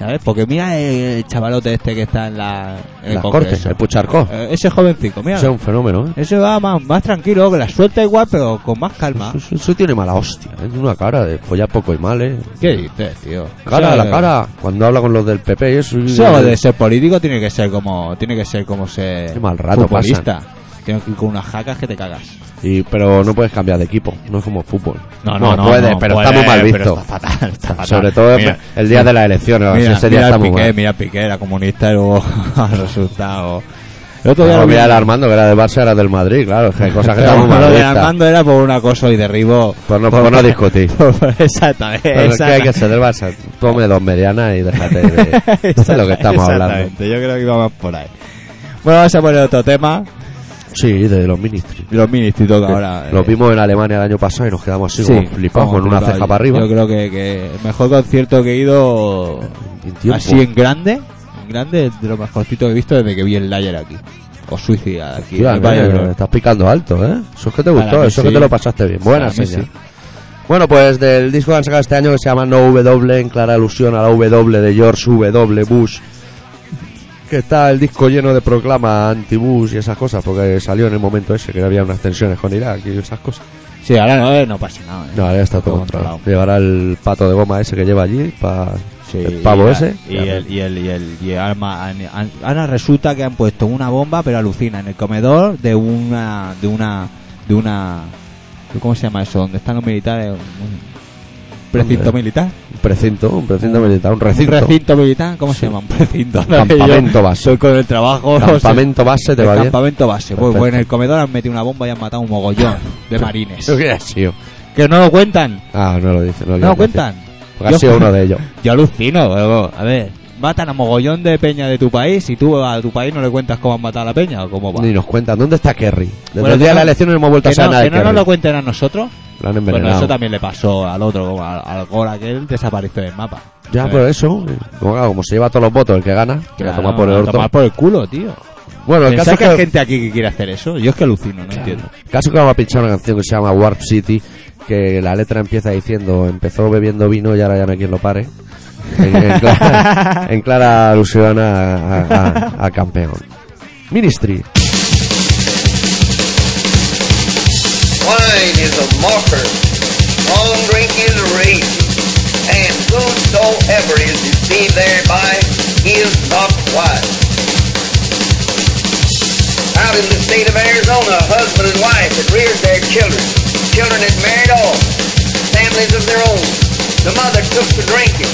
¿Sabes? Porque mira el chavalote este que está en la en el
Las
Congreso.
Cortes, el Pucharcó.
Eh, ese jovencito, mira.
Eso es un fenómeno, ¿eh?
Ese va más, más tranquilo, que la suelta igual, pero con más calma.
Eso, eso- eso tiene mala hostia, ¿eh? tiene una cara de follar poco y mal, ¿eh?
¿Qué dices, tío?
Cara,
O sea,
la cara, cuando habla con los del PP y eso... y-
Eso de ser político tiene que ser como tiene que ser como ser
Qué mal rato
futbolista. Tienes que ir con unas jacas que te cagas.
y- pero no puedes cambiar de equipo, no es como fútbol.
No, no, no,
puedes,
no,
pero
puedes,
está muy mal
pero
visto.
está fatal, está fatal.
Sobre todo
mira,
el día de las elecciones,
mira,
ese día
mira
está
el
muy
Piqué,
mal.
mira el Piqué, era comunista y luego ha resultado El otro día
No
lo vi-
mira el Armando, que era del Barça, era del Madrid, claro. es que hay cosas que
Pero
estamos
lo de
madridistas.
Armando era por un acoso y derribo.
Por Pues no, por no discutir.
exactamente.
Pero es que hay
exacta-
que ser del Barça. Tome dos medianas y déjate de, de lo que estamos hablando.
Exactamente, Yo creo que iba más por ahí. Bueno, vamos a poner otro tema.
Sí, de los ministros.
Los ministritos que ahora.
Los
eh,
vimos en Alemania el año pasado y nos quedamos así
sí,
como flipados
como
con una
flipados.
ceja para arriba.
Yo creo que, que el mejor concierto que he ido
En tiempo.
así en grande, en grande, es de los más cortitos que he visto desde que vi el Layer aquí. O Suicida aquí.
Tía,
en Valle
eh,
Bro.
estás picando alto, ¿eh? Eso es que te
Para
gustó, eso
mí
es
sí.
que te lo pasaste bien. Buena
Para mí
señal.
sí.
Bueno, pues del disco que han sacado este año que se llama No W, en clara alusión a la W de George W. Bush. Que está el disco lleno de proclamas anti-Bush y esas cosas, porque salió en el momento ese que había unas tensiones con Irak y esas cosas.
Sí, ahora no, eh, no pasa nada. eh.
No, ahora ya está todo
Todo
controlado.
controlado.
Llevará el pato de goma ese que lleva allí, pa-
Sí,
el pavo
y-
ese.
Y el, y el, y el, y el arma. han- han- Ahora resulta que han puesto una bomba, pero alucina, en el comedor de una. de una. de una. ¿Cómo se llama eso? ¿Dónde están los militares? ¿Un ¿Precinto
¿Dónde?
militar?
Un precinto, un precinto militar, un recinto.
Ah. ¿Un recinto militar? ¿Cómo
Sí.
se llama? Un precinto.
Campamento
Yo
base.
Soy con el trabajo. o sea,
Campamento base te
el
va bien.
campamento base. Pues,
Perfecto.
pues en el comedor han metido una bomba y han matado un mogollón de marines.
Eso que ha sido.
que no lo cuentan.
Ah, no lo dice. No, lo
No
quiero
lo
decir.
cuentan.
Porque ha
Yo-
sido uno de ellos.
Yo alucino, pero, a ver, matan a mogollón de peña de tu país y tú a tu país no le cuentas cómo han matado a la peña o cómo va.
Ni nos cuentan. ¿Dónde está Kerry? Desde
Bueno,
el día
que
de
no-
la elección no hemos vuelto a
que
saber
no,
nada
que
de
no
Kerry.
nos lo cuenten a nosotros.
Lo han
Bueno,
envenenado.
eso también le pasó al otro, como al, al Gora, que él desapareció del mapa.
ya,
Eh,
pero eso. eh, Como, claro, como se lleva todos los votos el que gana, que la
claro,
toma por el
a
orto.
tomar por el culo, tío.
Bueno, el caso
Pensar
es
que hay
que,
gente aquí que quiere hacer eso. Yo es que alucino, no entiendo.
el caso es que vamos a pinchar una canción que se llama Warp City. Que la letra empieza diciendo: Empezó bebiendo vino y ahora ya no hay quien lo pare. En, en clara, en clara alusión a, a- a- a campeón. Ministry.
Wine is a mocker, strong drink is raging, and whosoever is deceived thereby is not wise. Out in the state of Arizona, a husband and wife that rears their children, children that married off, families of their own. The mother took to drinking.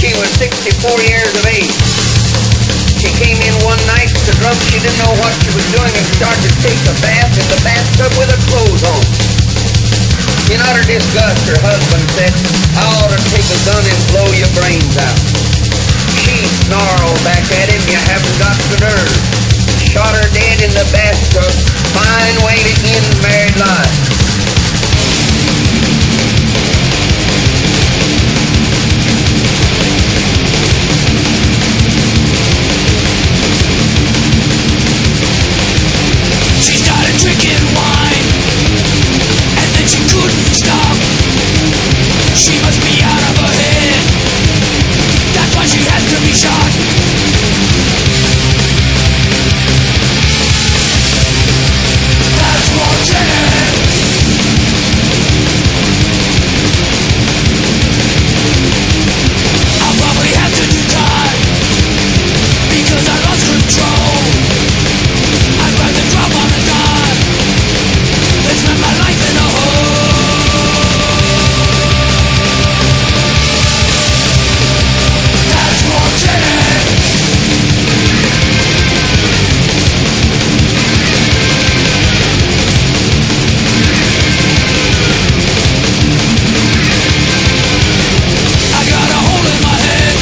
She was 64 years of age. She came in one night so drunk she didn't know what she was doing and started to take a bath in the bathtub with her clothes on. In utter disgust, her husband said, I ought to take a gun and blow your brains out. She snarled back at him, you haven't got the nerve. Shot her dead in the bathtub. Fine way to end married life.
She started drinking wine And then she couldn't stop She must be out of her head That's why she has to be shot That's wanted I'll probably have to do time Because I lost control I'd rather drop on a dime than spend my life in a hole. That's wanted. I got a hole in my head.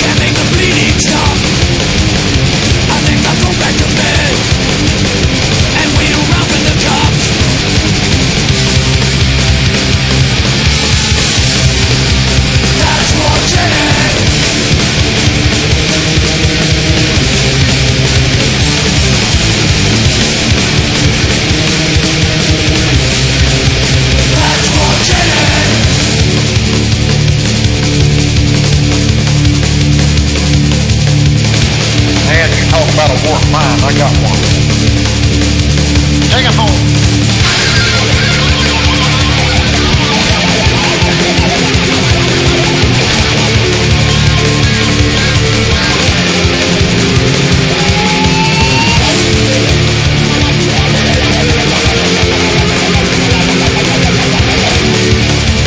Can't make the bleeding stop. I think I'll go back to bed and wait around for the cops. That's what's in it. That's what's in it.
Dad, you talk about a war of mine. I got one. Take it home.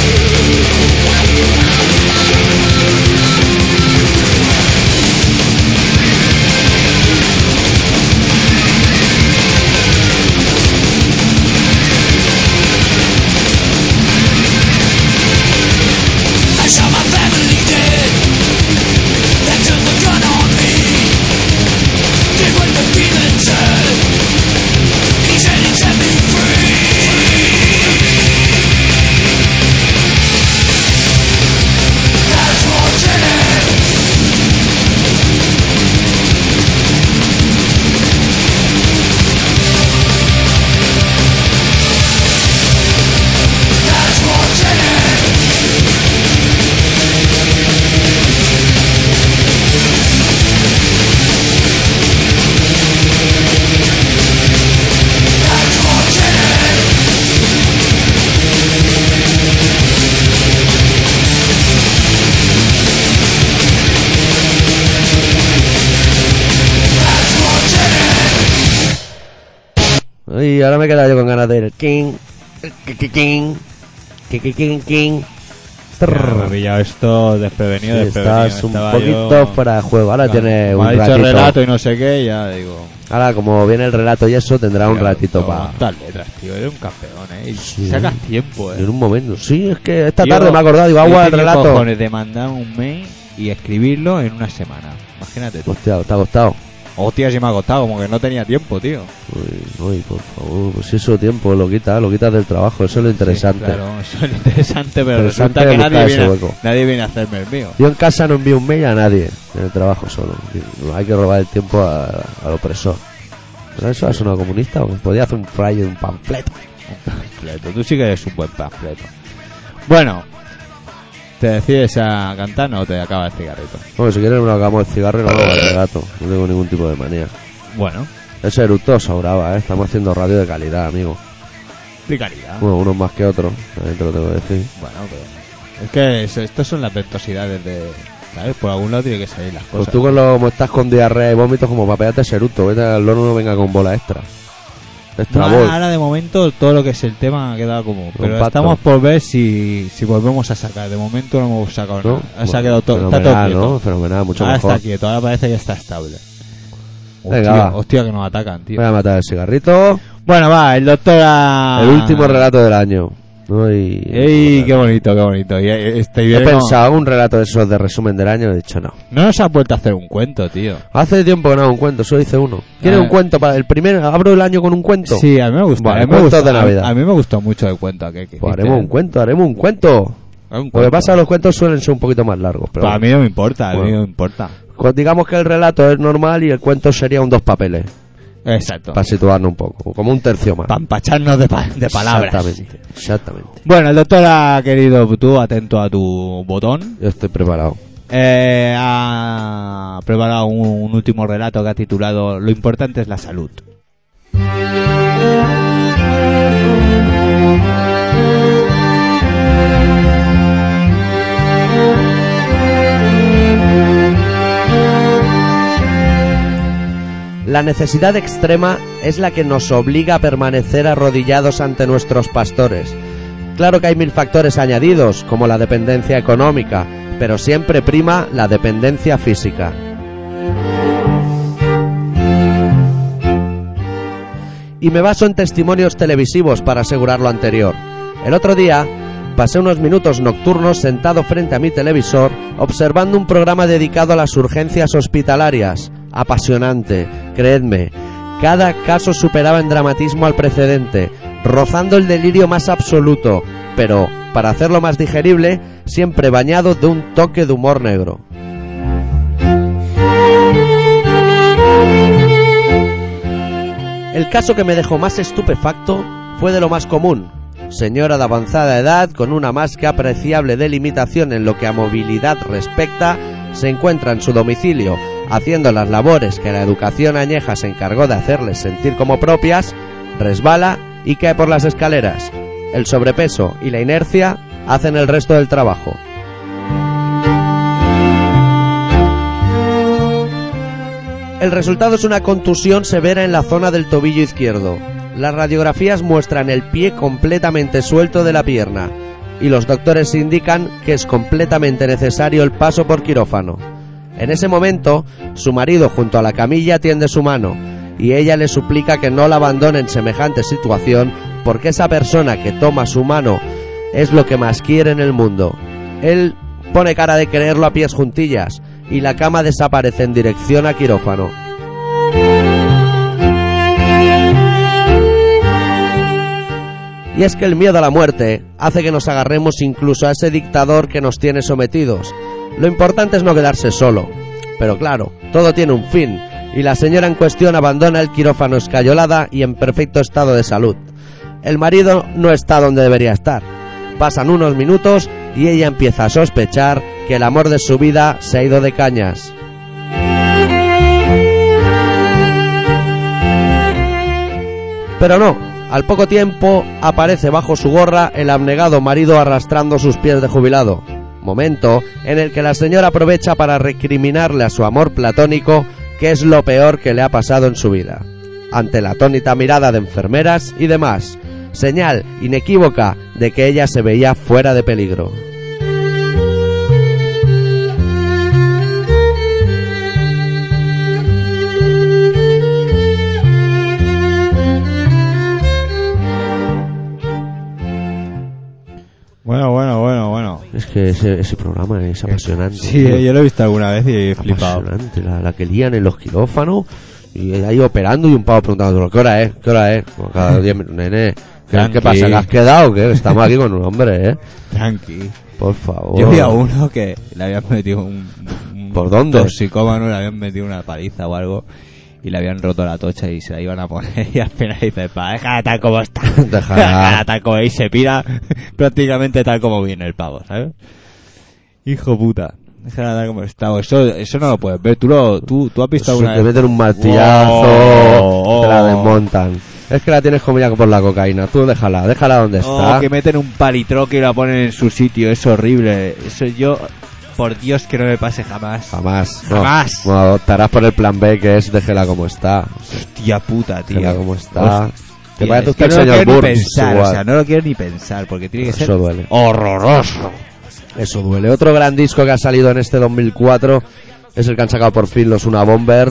That's
Tío, ahora me he quedado yo con ganas de ir. el King. el ki- ki- King. ki- ki- King. King.
Ya, me ha pillado esto desprevenido,
Sí,
desprevenido.
estás un
Estaba
poquito
yo-
fuera de juego. Ahora
Claro,
tienes
como
un
ha dicho
ratito.
relato y no sé qué, ya digo.
Ahora, como viene el relato y eso, tendrá un
Claro,
ratito
toma,
para.
Estas letras, tío, eres un campeón, eh. Y
Sí.
sacas tiempo, eh.
En un momento. Sí, es que esta
Yo-
tarde me he acordado. Digo,
yo
agua el
tenía
relato.
cojones de mandar un mail y escribirlo en una semana. Imagínate tú.
Hostia, te ha costado.
Hostia, si me ha costado, como que no tenía tiempo, tío.
Uy, uy, por favor. Pues si eso tiempo lo quitas, lo quitas del trabajo. Eso es lo interesante.
Sí, claro, eso es interesante, pero
Interesante
resulta que
buscar
nadie
ese
viene,
hueco.
nadie viene a hacerme el mío.
Yo en casa no envío un mail a nadie. En el trabajo solo. Hay que robar el tiempo a- al opresor. ¿Pero eso ha sonado comunista? o Podía hacer un flyer, un panfleto.
Panfleto, tú sí que eres un buen panfleto. Bueno, ¿te decides a cantar o te este acabas el cigarrito?
Bueno, si quieres, nos hagamos el cigarro y nos vamos al gato. No tengo ningún tipo de manía.
Bueno,
Ese eructo sobraba, ¿eh? Estamos haciendo radio de calidad, amigo.
de calidad.
Bueno, unos más que otros, también te lo tengo que decir.
Bueno, pero. Es que eso- estas son las ventosidades de. ¿Sabes? Por algún lado tiene que salir las
Pues
cosas.
tú con lo, como estás con diarrea y vómitos, como para pegarte ese eructo, vete al horno no venga con bola extra.
No,
Extra
ahora,
bol.
ahora de momento todo lo que es el tema ha quedado como. Pero
Compacto.
estamos por ver si, si volvemos a sacar. De momento no hemos sacado
¿No?
nada. Ahora se ha
Bueno,
quedado todo. Está todo
Fenomenal,
quieto.
¿no? Fenomenal, mucho
ahora
mejor.
está quieto, ahora parece que ya está estable.
Venga,
hostia,
va.
hostia, que nos atacan, tío.
Voy a matar el cigarrito.
Bueno, va, el doctor a-
El último relato del año. ¿no? Y-
¡Ey, qué bonito, qué bonito! Y, eh, este, y
He
viene como-
pensado un relato de esos de resumen del año y he dicho no.
No nos has vuelto a hacer un cuento, tío.
Hace tiempo que no hago un cuento, solo hice uno. ¿Quieres
Ah.
un cuento para el primer? ¿Abro el año con un cuento?
Sí, a mí me gustó.
Bueno,
a, mí me
cuentos
gustó
de Navidad.
A, a mí me gustó mucho el cuento aquel que
Pues
hiciste.
haremos un pues cuento, haremos un cuento.
Haz un
Lo que
cuento.
pasa, los cuentos suelen ser un poquito más largos. Pero
Pues a mí no me importa, a mí
Bueno.
no me importa.
Pues digamos que el relato es normal y el cuento sería un dos papeles,
Exacto.
para situarnos un poco, como un tercio más.
Para empacharnos de, pa- de palabras.
Exactamente, exactamente.
Bueno, el doctor ha querido, tú atento a tu botón,
Yo estoy preparado.
eh, ha preparado un, un último relato que ha titulado Lo importante es la salud.
La necesidad extrema es la que nos obliga a permanecer arrodillados ante nuestros pastores. Claro que hay mil factores añadidos, como la dependencia económica, pero siempre prima la dependencia física. y me baso en testimonios televisivos para asegurar lo anterior. El otro día pasé unos minutos nocturnos sentado frente a mi televisor observando un programa dedicado a las urgencias hospitalarias. Apasionante, creedme. Cada caso superaba en dramatismo al precedente, rozando el delirio más absoluto, pero, para hacerlo más digerible, siempre bañado de un toque de humor negro. El caso que me dejó más estupefacto fue de lo más común. Señora de avanzada edad, con una más que apreciable delimitación en lo que a movilidad respecta, se encuentra en su domicilio, haciendo las labores que la educación añeja se encargó de hacerles sentir como propias, resbala y cae por las escaleras. El sobrepeso y la inercia hacen el resto del trabajo. El resultado es una contusión severa en la zona del tobillo izquierdo. Las radiografías muestran el pie completamente suelto de la pierna y los doctores indican que es completamente necesario el paso por quirófano. En ese momento, su marido junto a la camilla tiende su mano y ella le suplica que no la abandone en semejante situación porque esa persona que toma su mano es lo que más quiere en el mundo. Él pone cara de quererlo a pies juntillas y la cama desaparece en dirección a quirófano. Y es que el miedo a la muerte hace que nos agarremos incluso a ese dictador que nos tiene sometidos. Lo importante es no quedarse solo. Pero claro, todo tiene un fin, y la señora en cuestión abandona el quirófano escayolada y en perfecto estado de salud. El marido no está donde debería estar. Pasan unos minutos y ella empieza a sospechar que el amor de su vida se ha ido de cañas. Pero no, al poco tiempo aparece bajo su gorra el abnegado marido arrastrando sus pies de jubilado. Momento en el que la señora aprovecha para recriminarle a su amor platónico que es lo peor que le ha pasado en su vida. ante la atónita mirada de enfermeras y demás, señal inequívoca de que ella se veía fuera de peligro.
Bueno, bueno, bueno, bueno.
Es que ese, ese programa es apasionante.
Sí,
tío.
eh, yo lo he visto alguna vez y he flipado.
Apasionante, la, la que lían en los quirófanos y ahí operando y un pavo preguntando, ¿qué hora es? ¿Qué hora es? Como cada 10 minutos, nene. ¿Qué,
Tranqui.
qué pasa? ¿Que has quedado? que Estamos aquí con un hombre, ¿eh?
Tranqui.
Por favor.
Yo vi a uno que le habían metido un, un
¿Por dónde?
toxicómano, le habían metido una paliza o algo y le habían roto la tocha y se la iban a poner y al final dice, pa, déjala tal como está,
Déjala.
déjala tal como y se pira prácticamente tal como viene el pavo, ¿sabes? Hijo puta. Déjala tal como está. O Eso, eso no lo puedes ver. Tú, lo, tú, tú has visto
Se
alguna
te
vez.
meten un martillazo,
Oh, oh.
te la desmontan. Es que la tienes comida por la cocaína. Tú déjala, déjala donde
Oh,
está.
que meten un palitroque y la ponen en su sitio. Es horrible. Eso yo, por Dios, que no me pase jamás.
Jamás. no.
Jamás.
No, optarás por el plan B que es déjela como está.
Tía puta, tío.
Déjela como está. Te
Tío,
parece
es que
usted el
no lo
señor
quiero ni
Burns.
pensar, o
igual.
sea, no lo quiero ni pensar, porque tiene que ser
Eso duele.
horroroso.
Eso duele. Otro gran disco que ha salido en este 2004 es el que han sacado por fin los Una Bomber,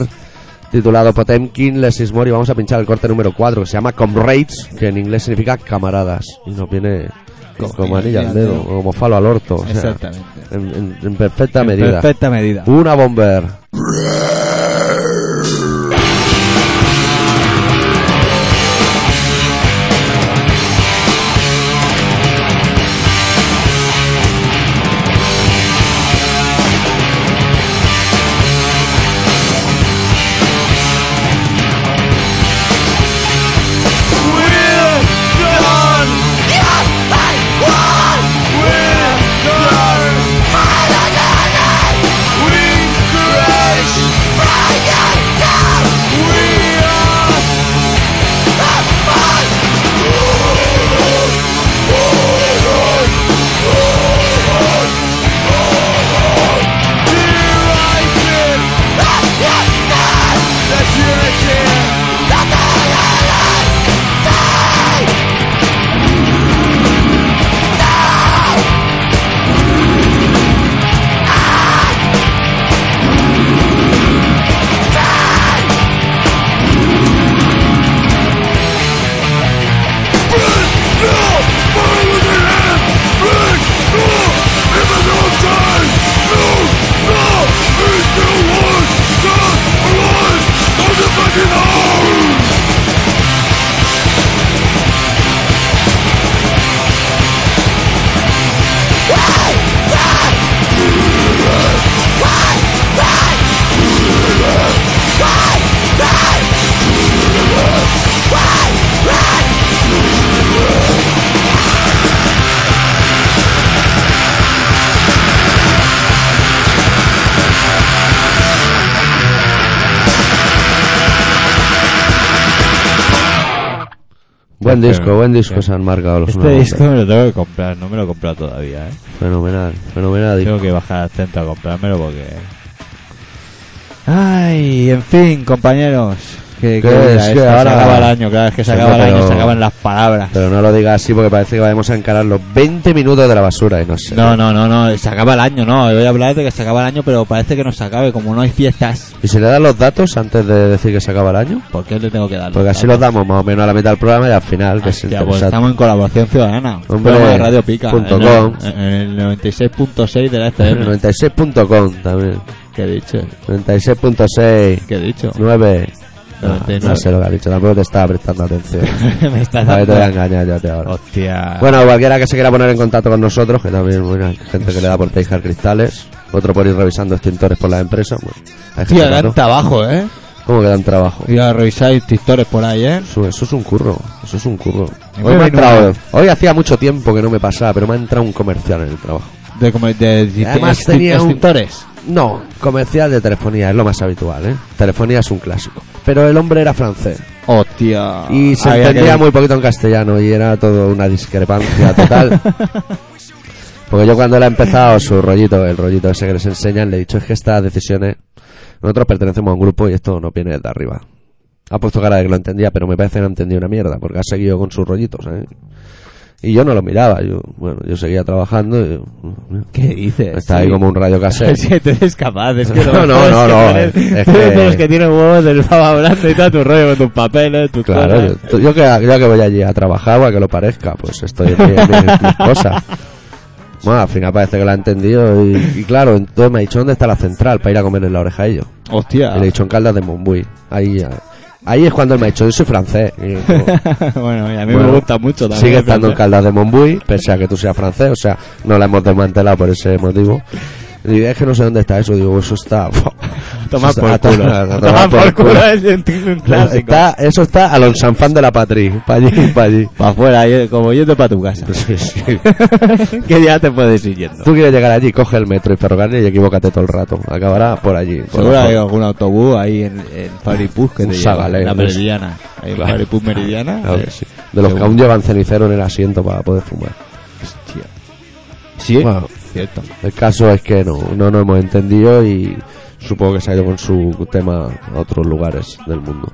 titulado Potemkin, Les Is More, y vamos a pinchar el corte número 4, que se llama Comrades, que en inglés significa camaradas, y nos viene
Como
como anillo
anillo
al
al
dedo,
dedo.
o como falo al orto. o sea,
Exactamente.
en, en- en perfecta medida.
Perfecta medida.
Una Bomber. Buen
Bien,
disco, buen disco
bien.
se han marcado los Una
Este
Bomber.
disco me lo tengo que comprar, no me lo he comprado todavía, ¿eh?
Fenomenal, fenomenal. disco.
Tengo que bajar al centro a comprármelo porque... Ay, en fin, compañeros. Que,
Que es que ahora-
se acaba el año, claro, es que se
Sí,
acaba el
pero-
año, se acaban las palabras.
Pero no lo digas así porque parece que vamos a encarar los 20 minutos de la basura y no sé.
No, no, no, no, se acaba el año, no, voy a hablar de que se acaba el año, pero parece que no se acabe, como no hay fiestas.
¿Y se le dan los datos antes de decir que se acaba el año?
¿Por qué le tengo que dar?
Porque así los damos más o menos a la mitad del programa y al final, que es
Hostia, pues
interesante.
estamos en colaboración ciudadana.
Hombre,
Programa de Radio Pica.
punto
en el-
com.
En el 96.6 de la
El
FM.
96.com también.
¿Qué he dicho?
96.6.
¿Qué he dicho?
9. No,
99.
no sé lo que ha dicho, tampoco te estaba prestando atención.
Me estás
A ver, te
dando.
voy a engañar yo a ti ahora.
Hostia.
Bueno, cualquiera que se quiera poner en contacto con nosotros, que también bueno, hay gente que le da por tejar cristales, otro por ir revisando extintores por las empresas. Bueno, hay gente
Hostia,
que
dan
no.
trabajo, eh.
¿Cómo que dan trabajo?
Voy a revisar instructores por ahí, eh.
Eso, eso es un curro, eso es un curro. Hoy,
Y me
me ha
vino
entrado-
una-
hoy hacía mucho tiempo que no me pasaba, pero me ha entrado un comercial en el trabajo.
De, como- de, de-
Además
instru-
tenía un-
instructores.
No, comercial de telefonía, es lo más habitual, ¿eh? Telefonía es un clásico. Pero el hombre era francés
Hostia.
y se
Había que-
entendía muy poquito en castellano y era todo una discrepancia total. Porque yo cuando él ha empezado su rollito, el rollito ese que les enseñan, le he dicho es que estas decisiones, nosotros pertenecemos a un grupo y esto no viene de arriba. Ha puesto cara de que lo entendía, pero me parece que no entendía una mierda, porque ha seguido con sus rollitos, ¿eh? Y yo no lo miraba, yo, bueno, yo seguía trabajando, y yo,
¿Qué dices?
estaba ahí como un radio casero.
Es que tú eres capaz, es que
No,
lo
no,
mejor
no,
es
no,
que tú
es-
eres-
es
tú eres de
que-
los que tienen huevos del pavo hablando y todo tu rollo con tus papeles, tus
Claro,
cosas.
yo, tú- yo que, yo que voy allí a trabajar o a que lo parezca, pues estoy en, mi- en mis cosas. Bueno, al final parece que lo ha entendido y, y claro, entonces me ha dicho dónde está la central para ir a comerle la oreja a ellos.
Hostia.
Y Ah. le he dicho en Caldas de Montbui. Ahí, ah, ahí es cuando él me ha dicho, yo soy francés. Y yo, como,
bueno, y a mí
Bueno,
me gusta mucho también.
sigue
el
estando en
francés.
Caldas de Montbui, pese a que tú seas francés, o sea, no la hemos desmantelado por ese motivo. Y es que no sé dónde está eso, digo, eso está...
Toma
eso
por
está-
culo.
a tomar
Toma por culo es un- un clásico.
Está, eso está a los Sanfán de la Patri, para allí, para allí.
Para afuera, yo- como yendo para tu casa.
Sí, sí.
que ya te puedes ir yendo.
Tú quieres llegar allí, coge el metro y ferrocarril y equivócate todo el rato. Acabará por allí. por
Seguro
la
hay
zona.
algún autobús ahí en, en Fabripus que
Un
te lleva,
sagaleo,
en La
un-
meridiana. Ahí en
Claro.
Fabripus meridiana.
Claro
eh,
que sí. De los que aún llevan cenicero en el asiento para poder fumar.
hostia. Sí, eh.
Bueno.
cierto.
El caso es que no, no nos hemos entendido y supongo que se ha ido con su tema a otros lugares del mundo.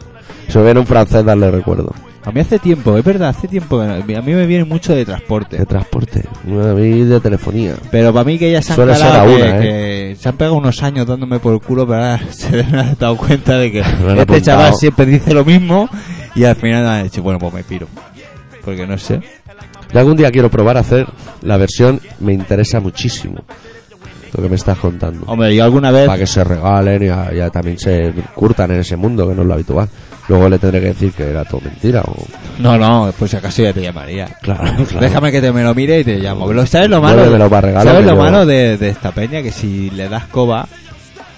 Se viene un francés darle recuerdo.
A mí hace tiempo, es verdad, hace tiempo que no- a mí me viene mucho de transporte.
De transporte, a mí de telefonía.
Pero para mí que ya se han
Suele ser
calado
a
que-
una, ¿eh?
que se han pegado unos años dándome por el culo, pero ahora se han dado cuenta de que
Lo han
este
apuntado.
chaval siempre dice lo mismo y al final han dicho, bueno, pues me piro. Porque no sé.
Y algún día quiero probar a hacer la versión, me interesa muchísimo lo que me estás contando.
Hombre, yo alguna vez...
para que se regalen y a- ya también se curtan en ese mundo, que no es lo habitual. Luego le tendré que decir que era todo mentira. O...
No, no, pues si acaso ya te llamaría.
Claro,
Déjame que te me lo mire y te llamo. Pero ¿Sabes lo malo?
Vuélvemelo para regalo,
¿Sabes
que
lo
yo-
malo de, de esta peña? Que si le das coba,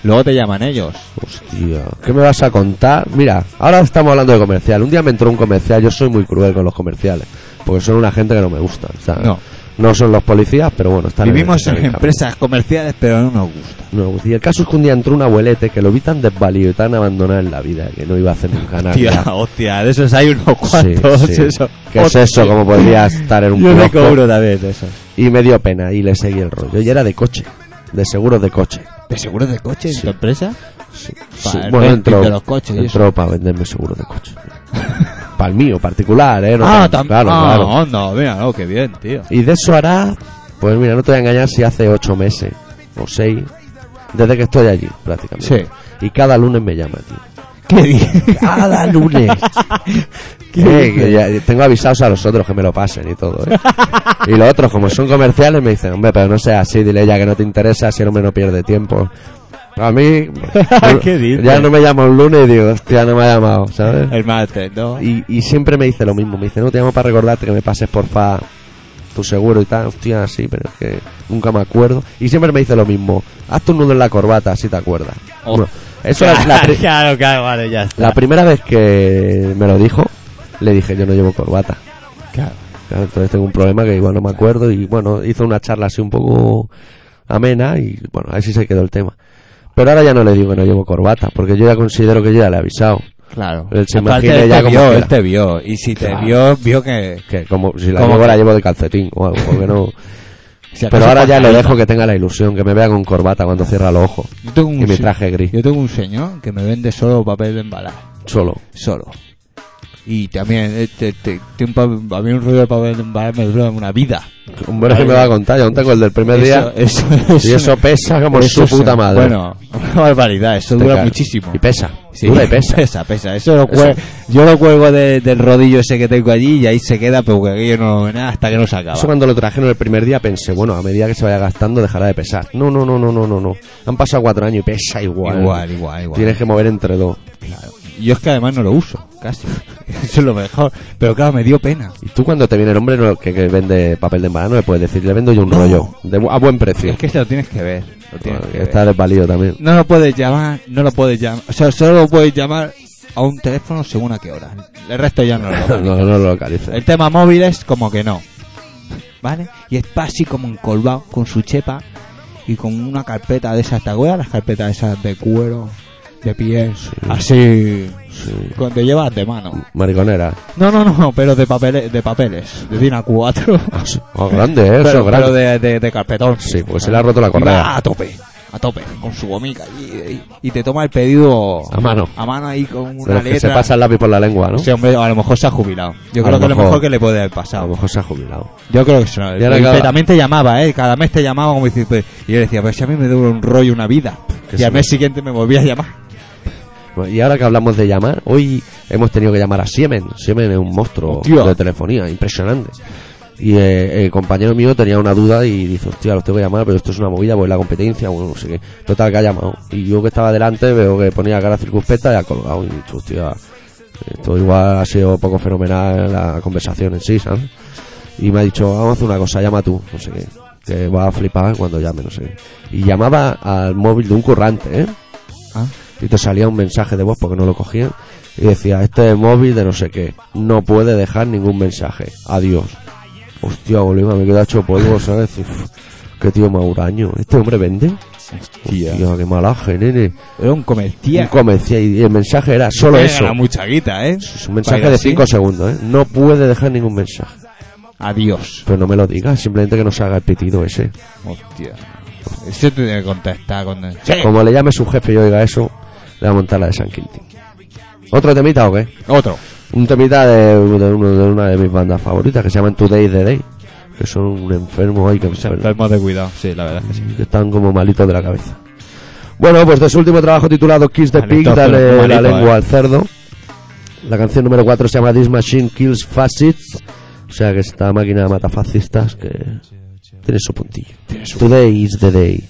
luego te llaman ellos.
Hostia, ¿qué me vas a contar? Mira, ahora estamos hablando de comercial. Un día me entró un comercial, yo soy muy cruel con los comerciales, porque son una gente que no me gusta. o sea,
No.
no son los policías, pero bueno, están
Vivimos
el-
en
el camino.
empresas comerciales, pero no nos gusta.
No, y el caso es que un día entró un abuelete que lo vi tan desvalido y tan abandonado en la vida que no iba a hacer nunca nada.
Hostia, hostia, de esos hay unos
Sí,
cuantos.
sí.
Eso.
¿Qué es
Hostia.
eso? ¿Cómo podría estar en un
Yo me
kiosco?
cobro también de esos.
Y me dio pena y le seguí el rollo. Y era de coche, de seguros de coche.
¿De seguros de coche
Sí.
en tu empresa? Pa-
Sí,
el
bueno,
renting
entró,
de los coches y
entró para venderme seguro de coche. para el mío, particular, ¿eh? No
ah,
tan-
también.
claro, claro.
No, no, mira, no, qué bien, tío.
Y de eso hará, pues mira, no te voy a engañar si hace ocho meses o seis, desde que estoy allí prácticamente. Y cada lunes me llama, tío.
¿Qué dices?
Cada lunes. Eh, que ya- tengo avisados a los otros que me lo pasen y todo. ¿eh? Y los otros, como son comerciales, me dicen, hombre, pero no sea así, dile ya que no te interesa, si el hombre no pierde tiempo. A mí,
¿Qué dices?
ya no me llama un lunes y digo, hostia, no me ha llamado, ¿sabes?
El martes, ¿no?
Y, y siempre me dice lo mismo, me dice, no te llamo para recordarte que me pases porfa tu seguro y tal, hostia, sí, pero es que nunca me acuerdo. Y siempre me dice lo mismo, haz tu nudo en la corbata, si te acuerdas.
Oh.
Bueno, eso es la, pri-
claro, claro, vale, ya está.
la primera vez que me lo dijo, le dije, yo no llevo corbata.
Claro.
Claro, entonces tengo un problema que igual no me acuerdo y bueno, hizo una charla así un poco amena y bueno, así se quedó el tema. Pero ahora ya no le digo que no llevo corbata, porque yo ya considero que yo ya le he avisado.
Claro.
Él se
Aparte,
imagina
él
ya
te
como
vio,
quiera.
él te vio. Y si te
Claro.
vio, vio que...
Que como si la
¿Cómo
llevo,
que?
la llevo de calcetín o algo, porque no...
si acaso
Pero ahora ya le
pantalón.
dejo que tenga la ilusión, que me vea con corbata cuando cierra los ojos
Yo tengo un
y mi
se-
traje gris,
Yo tengo un señor que me vende solo papel de embalar.
solo.
Solo. Y también, eh, te- te- te- un pa- a mí un rollo de papel de embalar me dura una vida.
Hombre, que me va a contar, yo aún tengo el del primer día
Eso,
y eso pesa como su
eso-
puta madre.
Bueno, una barbaridad, eso
Te
dura
cago.
muchísimo.
Y pesa,
Sí,
dura y pesa.
pesa, pesa. Eso lo
Eso.
cuel- Yo lo cuelgo de- del rodillo ese que tengo allí y ahí se queda, pero que aquello no lo ve nada hasta que no se acaba.
Eso cuando lo trajeron el primer día pensé, bueno, a medida que se vaya gastando dejará de pesar. No, no, no, no, no, no, no. Han pasado cuatro años y pesa igual.
Igual, igual, igual.
Tienes que mover entre dos.
Claro. Yo es que además no lo uso, casi. Eso es lo mejor. Pero claro, me dio pena.
Y tú cuando te viene el hombre no- que, que vende papel de embalado, no le puedes decir, le vendo yo un
No.
rollo de bu- a buen precio.
Es que se lo tienes que ver. Lo tienes
Bueno,
que
está
ver.
desvalido también.
No lo puedes llamar, no lo puedes llamar. O sea, solo lo puedes llamar a un teléfono según a qué hora. El resto ya no lo
No, no lo localice.
El tema móvil es como que no. ¿Vale? Y está así como encolvado con su chepa y con una carpeta de esas, ¿te acuerdas? Las carpetas esas de cuero, de piel, así. Cuando llevas de mano.
Mariconera.
No, no, no, pero de papeles, de papeles, de DIN A4.
Oh, grande, ¿eh? Eso
pero,
es grande.
pero de, de, de carpetón.
Sí, porque se le ha roto la correa.
Iba a tope. a tope, con su gomica allí, y, y te toma el pedido
A mano.
A mano ahí con
De
una
los que se
letra.
pasa el lápiz por la lengua, ¿no?
Sí, hombre, a lo mejor se ha jubilado. Yo
A lo
creo que es lo
mejor.
mejor que le puede haber
A lo
pasado.
mejor se ha jubilado.
Yo creo que eso.
Y ahora
Porque
cada-
también te llamaba, ¿eh? Cada mes te llamaba como dices, pues, y yo decía, pero si a mí me dura un rollo una vida.
Que
Y
sí.
al mes siguiente me volvía a llamar.
Bueno, Y ahora que hablamos de llamar, hoy hemos tenido que llamar a Siemens. Siemens es un monstruo
Hostia.
de telefonía, impresionante. Y eh, el compañero mío tenía una duda y dice, hostia, los tengo que llamar, pero esto es una movida, pues la competencia, bueno, no sé qué. Total, que ha llamado. Y yo que estaba delante veo que ponía cara circunspecta y ha colgado. Y he dicho, hostia, esto igual ha sido poco fenomenal la conversación en sí, ¿sabes? Y me ha dicho, vamos a hacer una cosa, llama tú, no sé qué. Que va a flipar cuando llame, no sé qué. Y llamaba al móvil de un currante, ¿eh?
Ah,
y te salía un mensaje de voz porque no lo cogían y decía este es el móvil de no sé qué no puede dejar ningún mensaje adiós hostia boludo me queda hecho polvo sabes Y, uf, qué tío mauraño este hombre vende
Tía.
hostia qué malaje nene
Era un
un
comercial.
comercio y el mensaje era solo eso
Era mucha guita, ¿eh?
es un mensaje
Para ir
de
así.
5 segundos ¿eh? no puede dejar ningún mensaje
Adiós.
pero no me lo digas simplemente que no se haga el pitido ese
Hostia. Eso te tiene que contestar con... Sí.
como le llame su jefe y oiga eso le va a montar la de San Quintín ¿otro temita o qué?
Otro.
Un temita de, de uno- de una de mis bandas favoritas que se llaman Today the Day, que son un enfermo ahí que, enfermo,
Enfermos de cuidado. Sí, la verdad es que sí.
que están como malitos de la cabeza. Bueno, pues de su último trabajo titulado Kiss the Pig,
Malitos,
dale
pero
la
malito,
lengua
eh.
al cerdo. La canción número 4 se llama This Machine Kills Fascists, o sea que esta máquina mata fascistas que tiene su puntillo. Today is the day.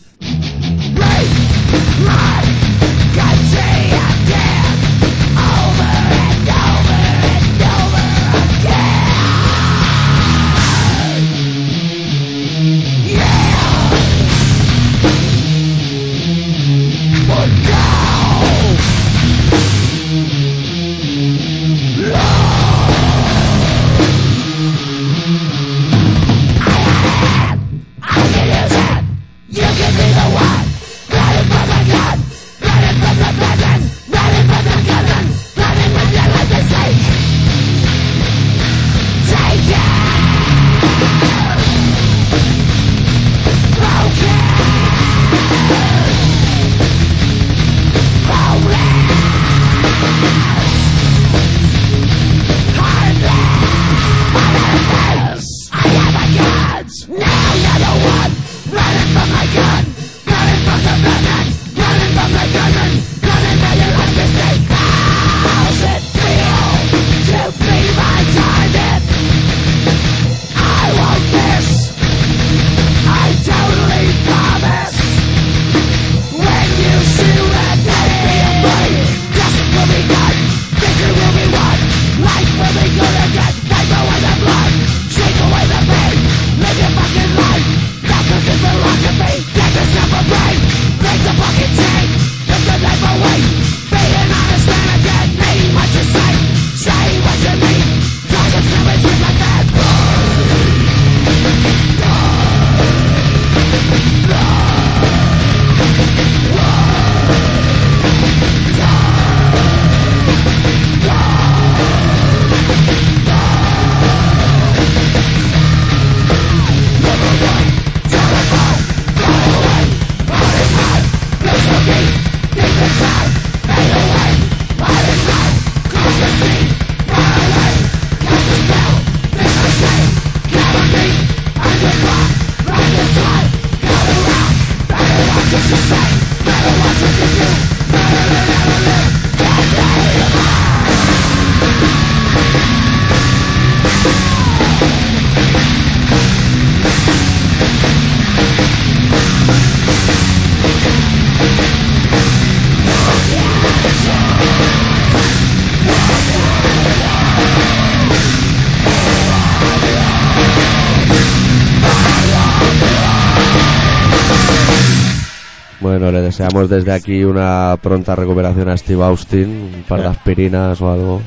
Bueno, le deseamos desde aquí una pronta recuperación a Steve Austin, un par de aspirinas o algo.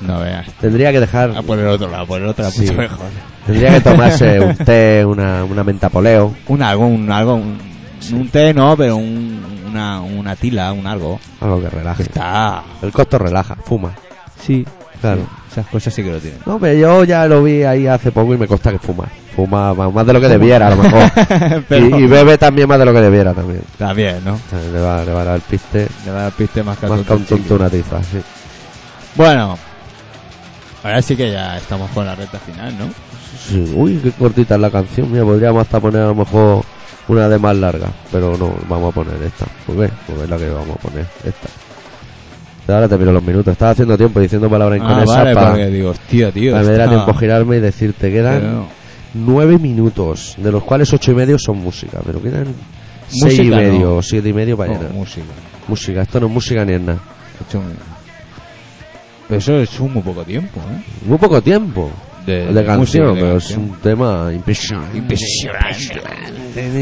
No veas.
Tendría que dejar
A por el otro lado, por el otro lado.
Sí.
Mucho mejor.
Tendría que tomarse un té, una, una menta poleo.
Un algo, un algo. Un, un té no, pero un, una, una tila, un algo.
Algo que relaje.
Está.
El costo relaja, fuma.
Sí.
Claro.
Esas cosas sí que lo tienen.
No, pero yo ya lo vi ahí hace poco y me consta que fuma. fuma más, más de lo que debiera, a lo mejor.
Pero-
y, y bebe también más de lo que debiera también.
También, ¿no?
Eh, Le va, le va a dar el piste
Le da el piste más que a
más
tu
que a un
chiqui.
tonto una tiza. sí.
Bueno, ahora sí que ya estamos con la recta final, ¿no?
Sí, Uy, qué cortita es la canción. Mira, podríamos hasta poner a lo mejor una de más larga, pero no, vamos a poner esta. Pues ve, pues ve la que vamos a poner, esta. Ahora te miro los minutos. Estaba haciendo tiempo diciendo palabras
Ah,
inconexas
vale,
para,
porque digo, hostia, tío.
para me diera
esta-
tiempo a girarme y decirte quedan
Pero-
nueve minutos, de los cuales ocho y medio son música, pero quedan seis y
Música no.
medio, o siete y medio para
no,
llenar.
música.
Música, esto no es música ni es nada.
Ocho minutos. Pero eso es un muy poco tiempo, ¿eh?
Muy poco tiempo de, canción,
música, de
pero
canción.
es un tema impresionante.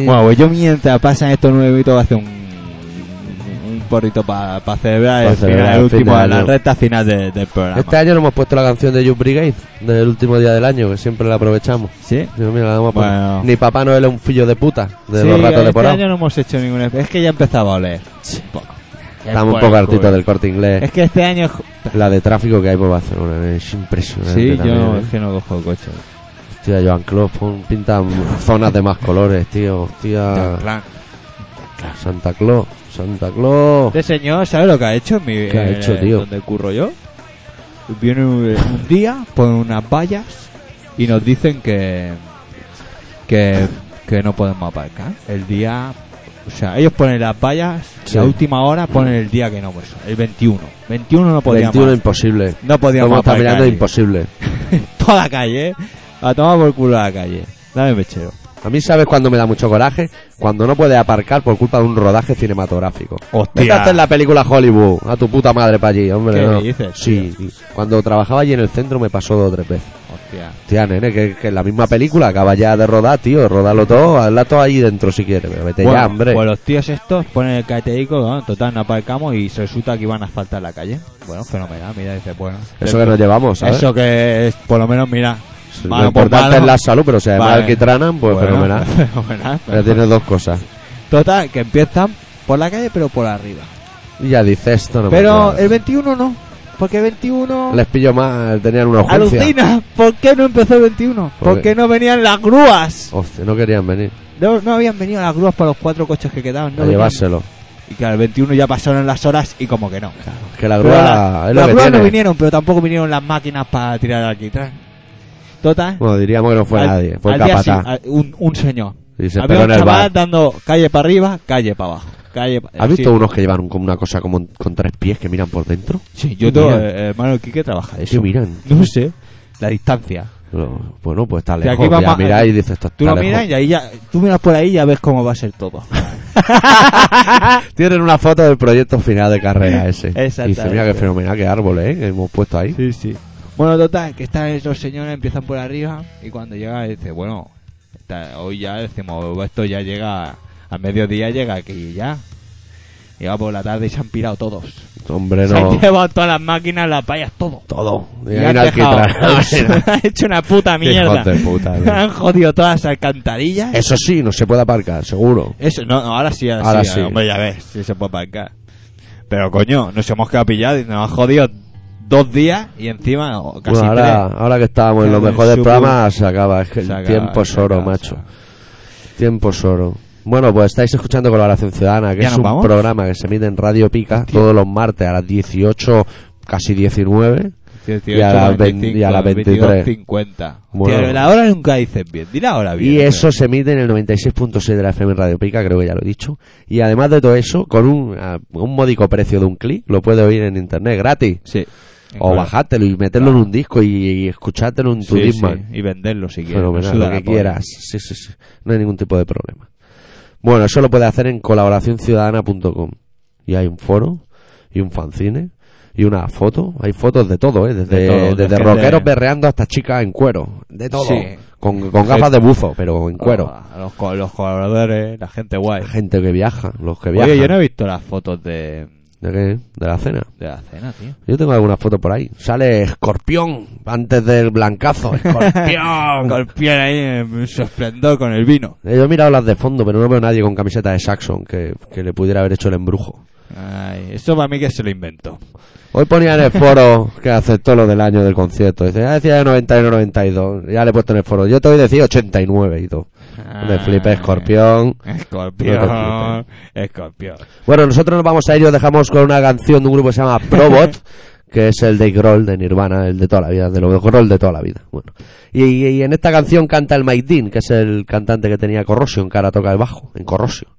Bueno, pues yo mientras pasan estos nueve minutos voy a hacer un, un porrito para celebrar
Pa celebrar
el, final, el
el
último,
final,
la
¿no?
recta final de- del programa.
Este año no hemos puesto la canción de Youth Brigade del último día del año, que siempre la aprovechamos.
¿Sí?
Digo, mira, la vamos a poner.
Bueno.
Ni Papá Noel es un fillo de puta de
Sí,
los ratos de
este
porado.
año no hemos hecho ninguna... Es que ya empezaba a oler. Un poco.
Estamos un
Por
poco
el culo.
hartitos del corte inglés.
Es que este año... es-
La de tráfico que hay por Barcelona es impresionante.
Sí,
también,
yo
¿eh?
es que no cojo el coche.
Hostia, Joan Clos pon- pinta zonas de más colores, tío. Hostia, Santa Claus, Santa Claus.
Este señor, ¿sabe lo que ha hecho? en mi-
Oh. ¿Qué ha
en-
hecho, tío?
Donde curro yo. Viene un, eh, un día, pone unas vallas y nos dicen que, que, que no podemos aparcar. El día... O sea, ellos ponen las vallas,
Sí.
la última hora ponen el día que no, pues, el 21. 21 no podíamos.
21 imposible.
no podíamos
Como está
aparcar
mirando
allí.
imposible.
Toda la calle, ¿eh? A tomar por culo la calle. Dame mechero.
A mí, ¿sabes cuando me da mucho coraje? Cuando no puedes aparcar por culpa de un rodaje cinematográfico.
Hostia.
Vete a hacer la película Hollywood, a tu puta madre para allí, hombre.
¿Qué
no.
me dices,
sí, cuando trabajaba allí en el centro me pasó dos o tres veces.
Hostia.
Hostia, nene, que, que la misma película acaba ya de rodar, tío. Rodalo todo, hazla todo ahí dentro si quieres, pero vete ya, hombre.
Pues los tíos estos ponen el categórico, ¿no? total, no aparcamos y se resulta que iban a faltar la calle. Bueno, fenomenal, mira, dice, bueno.
eso que nos llevamos, ¿sabes?
Eso que es, por lo menos, mira.
Sí, lo
mano por
importante
mano.
es la salud, pero si además
Vale.
alquitranan, pues
Bueno,
fenomenal.
fenomenal,
Ya
fenomenal.
tienes dos cosas.
Total, que empiezan por la calle, pero por arriba.
Y ya dices esto, no me
pero
cuadra.
el 21 no, porque el 21...
Les pillo más, tenían una urgencia.
Alucina, ¿por qué no empezó el 21?
Porque-
¿Por qué no venían las grúas?
Hostia, no querían venir
No, no habían venido las grúas para los cuatro coches que quedaban. No
a
venían.
llevárselo.
Y claro, el 21 ya pasaron las horas y como que no.
Que la
Pero
grúa
la-
es lo
las
que
grúas
tiene.
no vinieron, pero tampoco vinieron las máquinas para tirar el alquitrán. Total.
Bueno, diríamos que no fue
al-
nadie, fue
al
el
día
capataz.
sí- al- un, un señor.
Y se esperó
Había un
en el
chaval
bar.
dando calle para arriba, calle para abajo. Calle pa- eh,
¿Has
sí.
visto unos que llevan un- como una cosa como un- con tres pies que miran por dentro?
Sí, yo
¿Qué
tengo
miran?
eh, hermano Quique trabaja de
¿Qué
eso.
miran?
No sé. La distancia.
No, Bueno, pues está
O sea,
lejos.
aquí va
ya
más-
miráis y dices, esto
Tú
está
lo miras
lejos.
y ahí ya, tú miras por ahí y ya ves cómo va a ser todo.
Tienen una foto del proyecto final de carrera ese.
Exactamente.
Y dice, mira qué fenomenal, qué árboles ¿eh? que hemos puesto ahí.
Sí, sí. Bueno, total, que están esos señores, empiezan por arriba y cuando llega dice, bueno, está- hoy ya decimos, esto ya llega, a mediodía llega aquí ya. Llega por la tarde y se han pirado todos.
Hombre,
Se
no.
han llevado todas las máquinas, las vallas, todo.
Todo. Y
Y
hay
han
un alquitrán.
dejado- han hecho una puta
Qué hijos
mierda.
de puta, tío.
han jodido todas las alcantarillas.
Eso sí, no se puede aparcar, seguro.
Eso, no, no, ahora sí, ahora,
Ahora
sí.
sí.
Hombre, ya ves, si se puede aparcar. Pero coño, nos hemos quedado pillados y nos han jodido dos días y encima o casi
Bueno, ahora,
tres.
ahora que estábamos en lo
En
mejor del
su-
programa, se acaba. Es que
Se
el
acaba,
tiempo es
se
oro,
acaba,
macho.
se acaba.
Tiempo es oro. Bueno, pues estáis escuchando Colaboración Ciudadana, que
¿Ya
es
nos
un
vamos?
programa que se emite en Radio Pica todos los martes a las 18, casi 19.
18,
Y a las
25,
y a las 23.
50.
Bueno.
Tío, la hora nunca dicen bien. Di la hora bien.
Y eso se emite en el 96.6 de la FM Radio Pica, creo que ya lo he dicho. Y además de todo eso, con un, a un módico precio de un clic, lo puedes oír en internet gratis.
Sí.
O bajártelo y meterlo en un disco y, y escuchártelo en tu
Sí, sí,
Discman.
Y venderlo si quieres.
Fenomenal, lo
Suda
que
la polla.
quieras. Sí, sí, sí. No hay ningún tipo de problema. Bueno, eso lo puedes hacer en colaboracionciudadana.com. Y hay un foro, y un fanzine, y una foto. Hay fotos de todo, ¿eh? Desde,
De todo,
desde
de
rockeros
gente-
berreando hasta chicas en cuero. De todo.
Sí.
Con, con gafas de buzo, pero en cuero.
Ah, los, co- los colaboradores, la gente guay.
La gente que viaja, los que viajan.
Oye, yo no he visto las fotos de,
¿De qué? De la cena.
de la cena, tío.
Yo tengo algunas fotos por ahí. Sale escorpión antes del blancazo. Escorpión.
Con el pie ahí en su esplendor con el vino.
Yo he mirado las de fondo, pero no veo a nadie con camiseta de Saxon que, que le pudiera haber hecho el embrujo.
Ay, esto para mí que se lo invento.
Hoy ponía en el foro que aceptó lo del año del concierto. Dice, ya decía 91, 92. Ya le he puesto en el foro. Yo te voy a decir 89 y todo. Me flipé, escorpión.
Escorpión.
No
Escorpión.
Bueno, nosotros nos vamos a ello. Dejamos con una canción de un grupo que se llama Probot, que es el de Groll de Nirvana, el de toda la vida, de los Groll de toda la vida. Bueno, y, y en esta canción canta el Mike Dean, que es el cantante que tenía Corrosion, que ahora toca el bajo en Corrosion.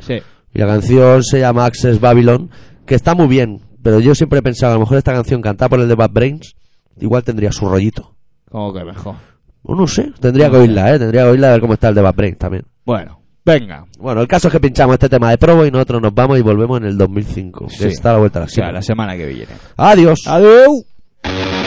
Sí.
Y la canción se llama Access Babylon, que está muy bien, pero yo siempre he pensado, a lo mejor esta canción cantada por el de Bad Brains, igual tendría su rollito.
Como que mejor.
O no sé, tendría que oírla, ¿eh? Tendría que oírla a ver cómo está el de Bad Brains también.
Bueno, venga.
Bueno, el caso es que pinchamos este tema de probo y nosotros nos vamos y volvemos en el 2005. que
Sí.
Está a la vuelta de la
O sea,
esquina.
la semana que viene.
Adiós.
Adiós.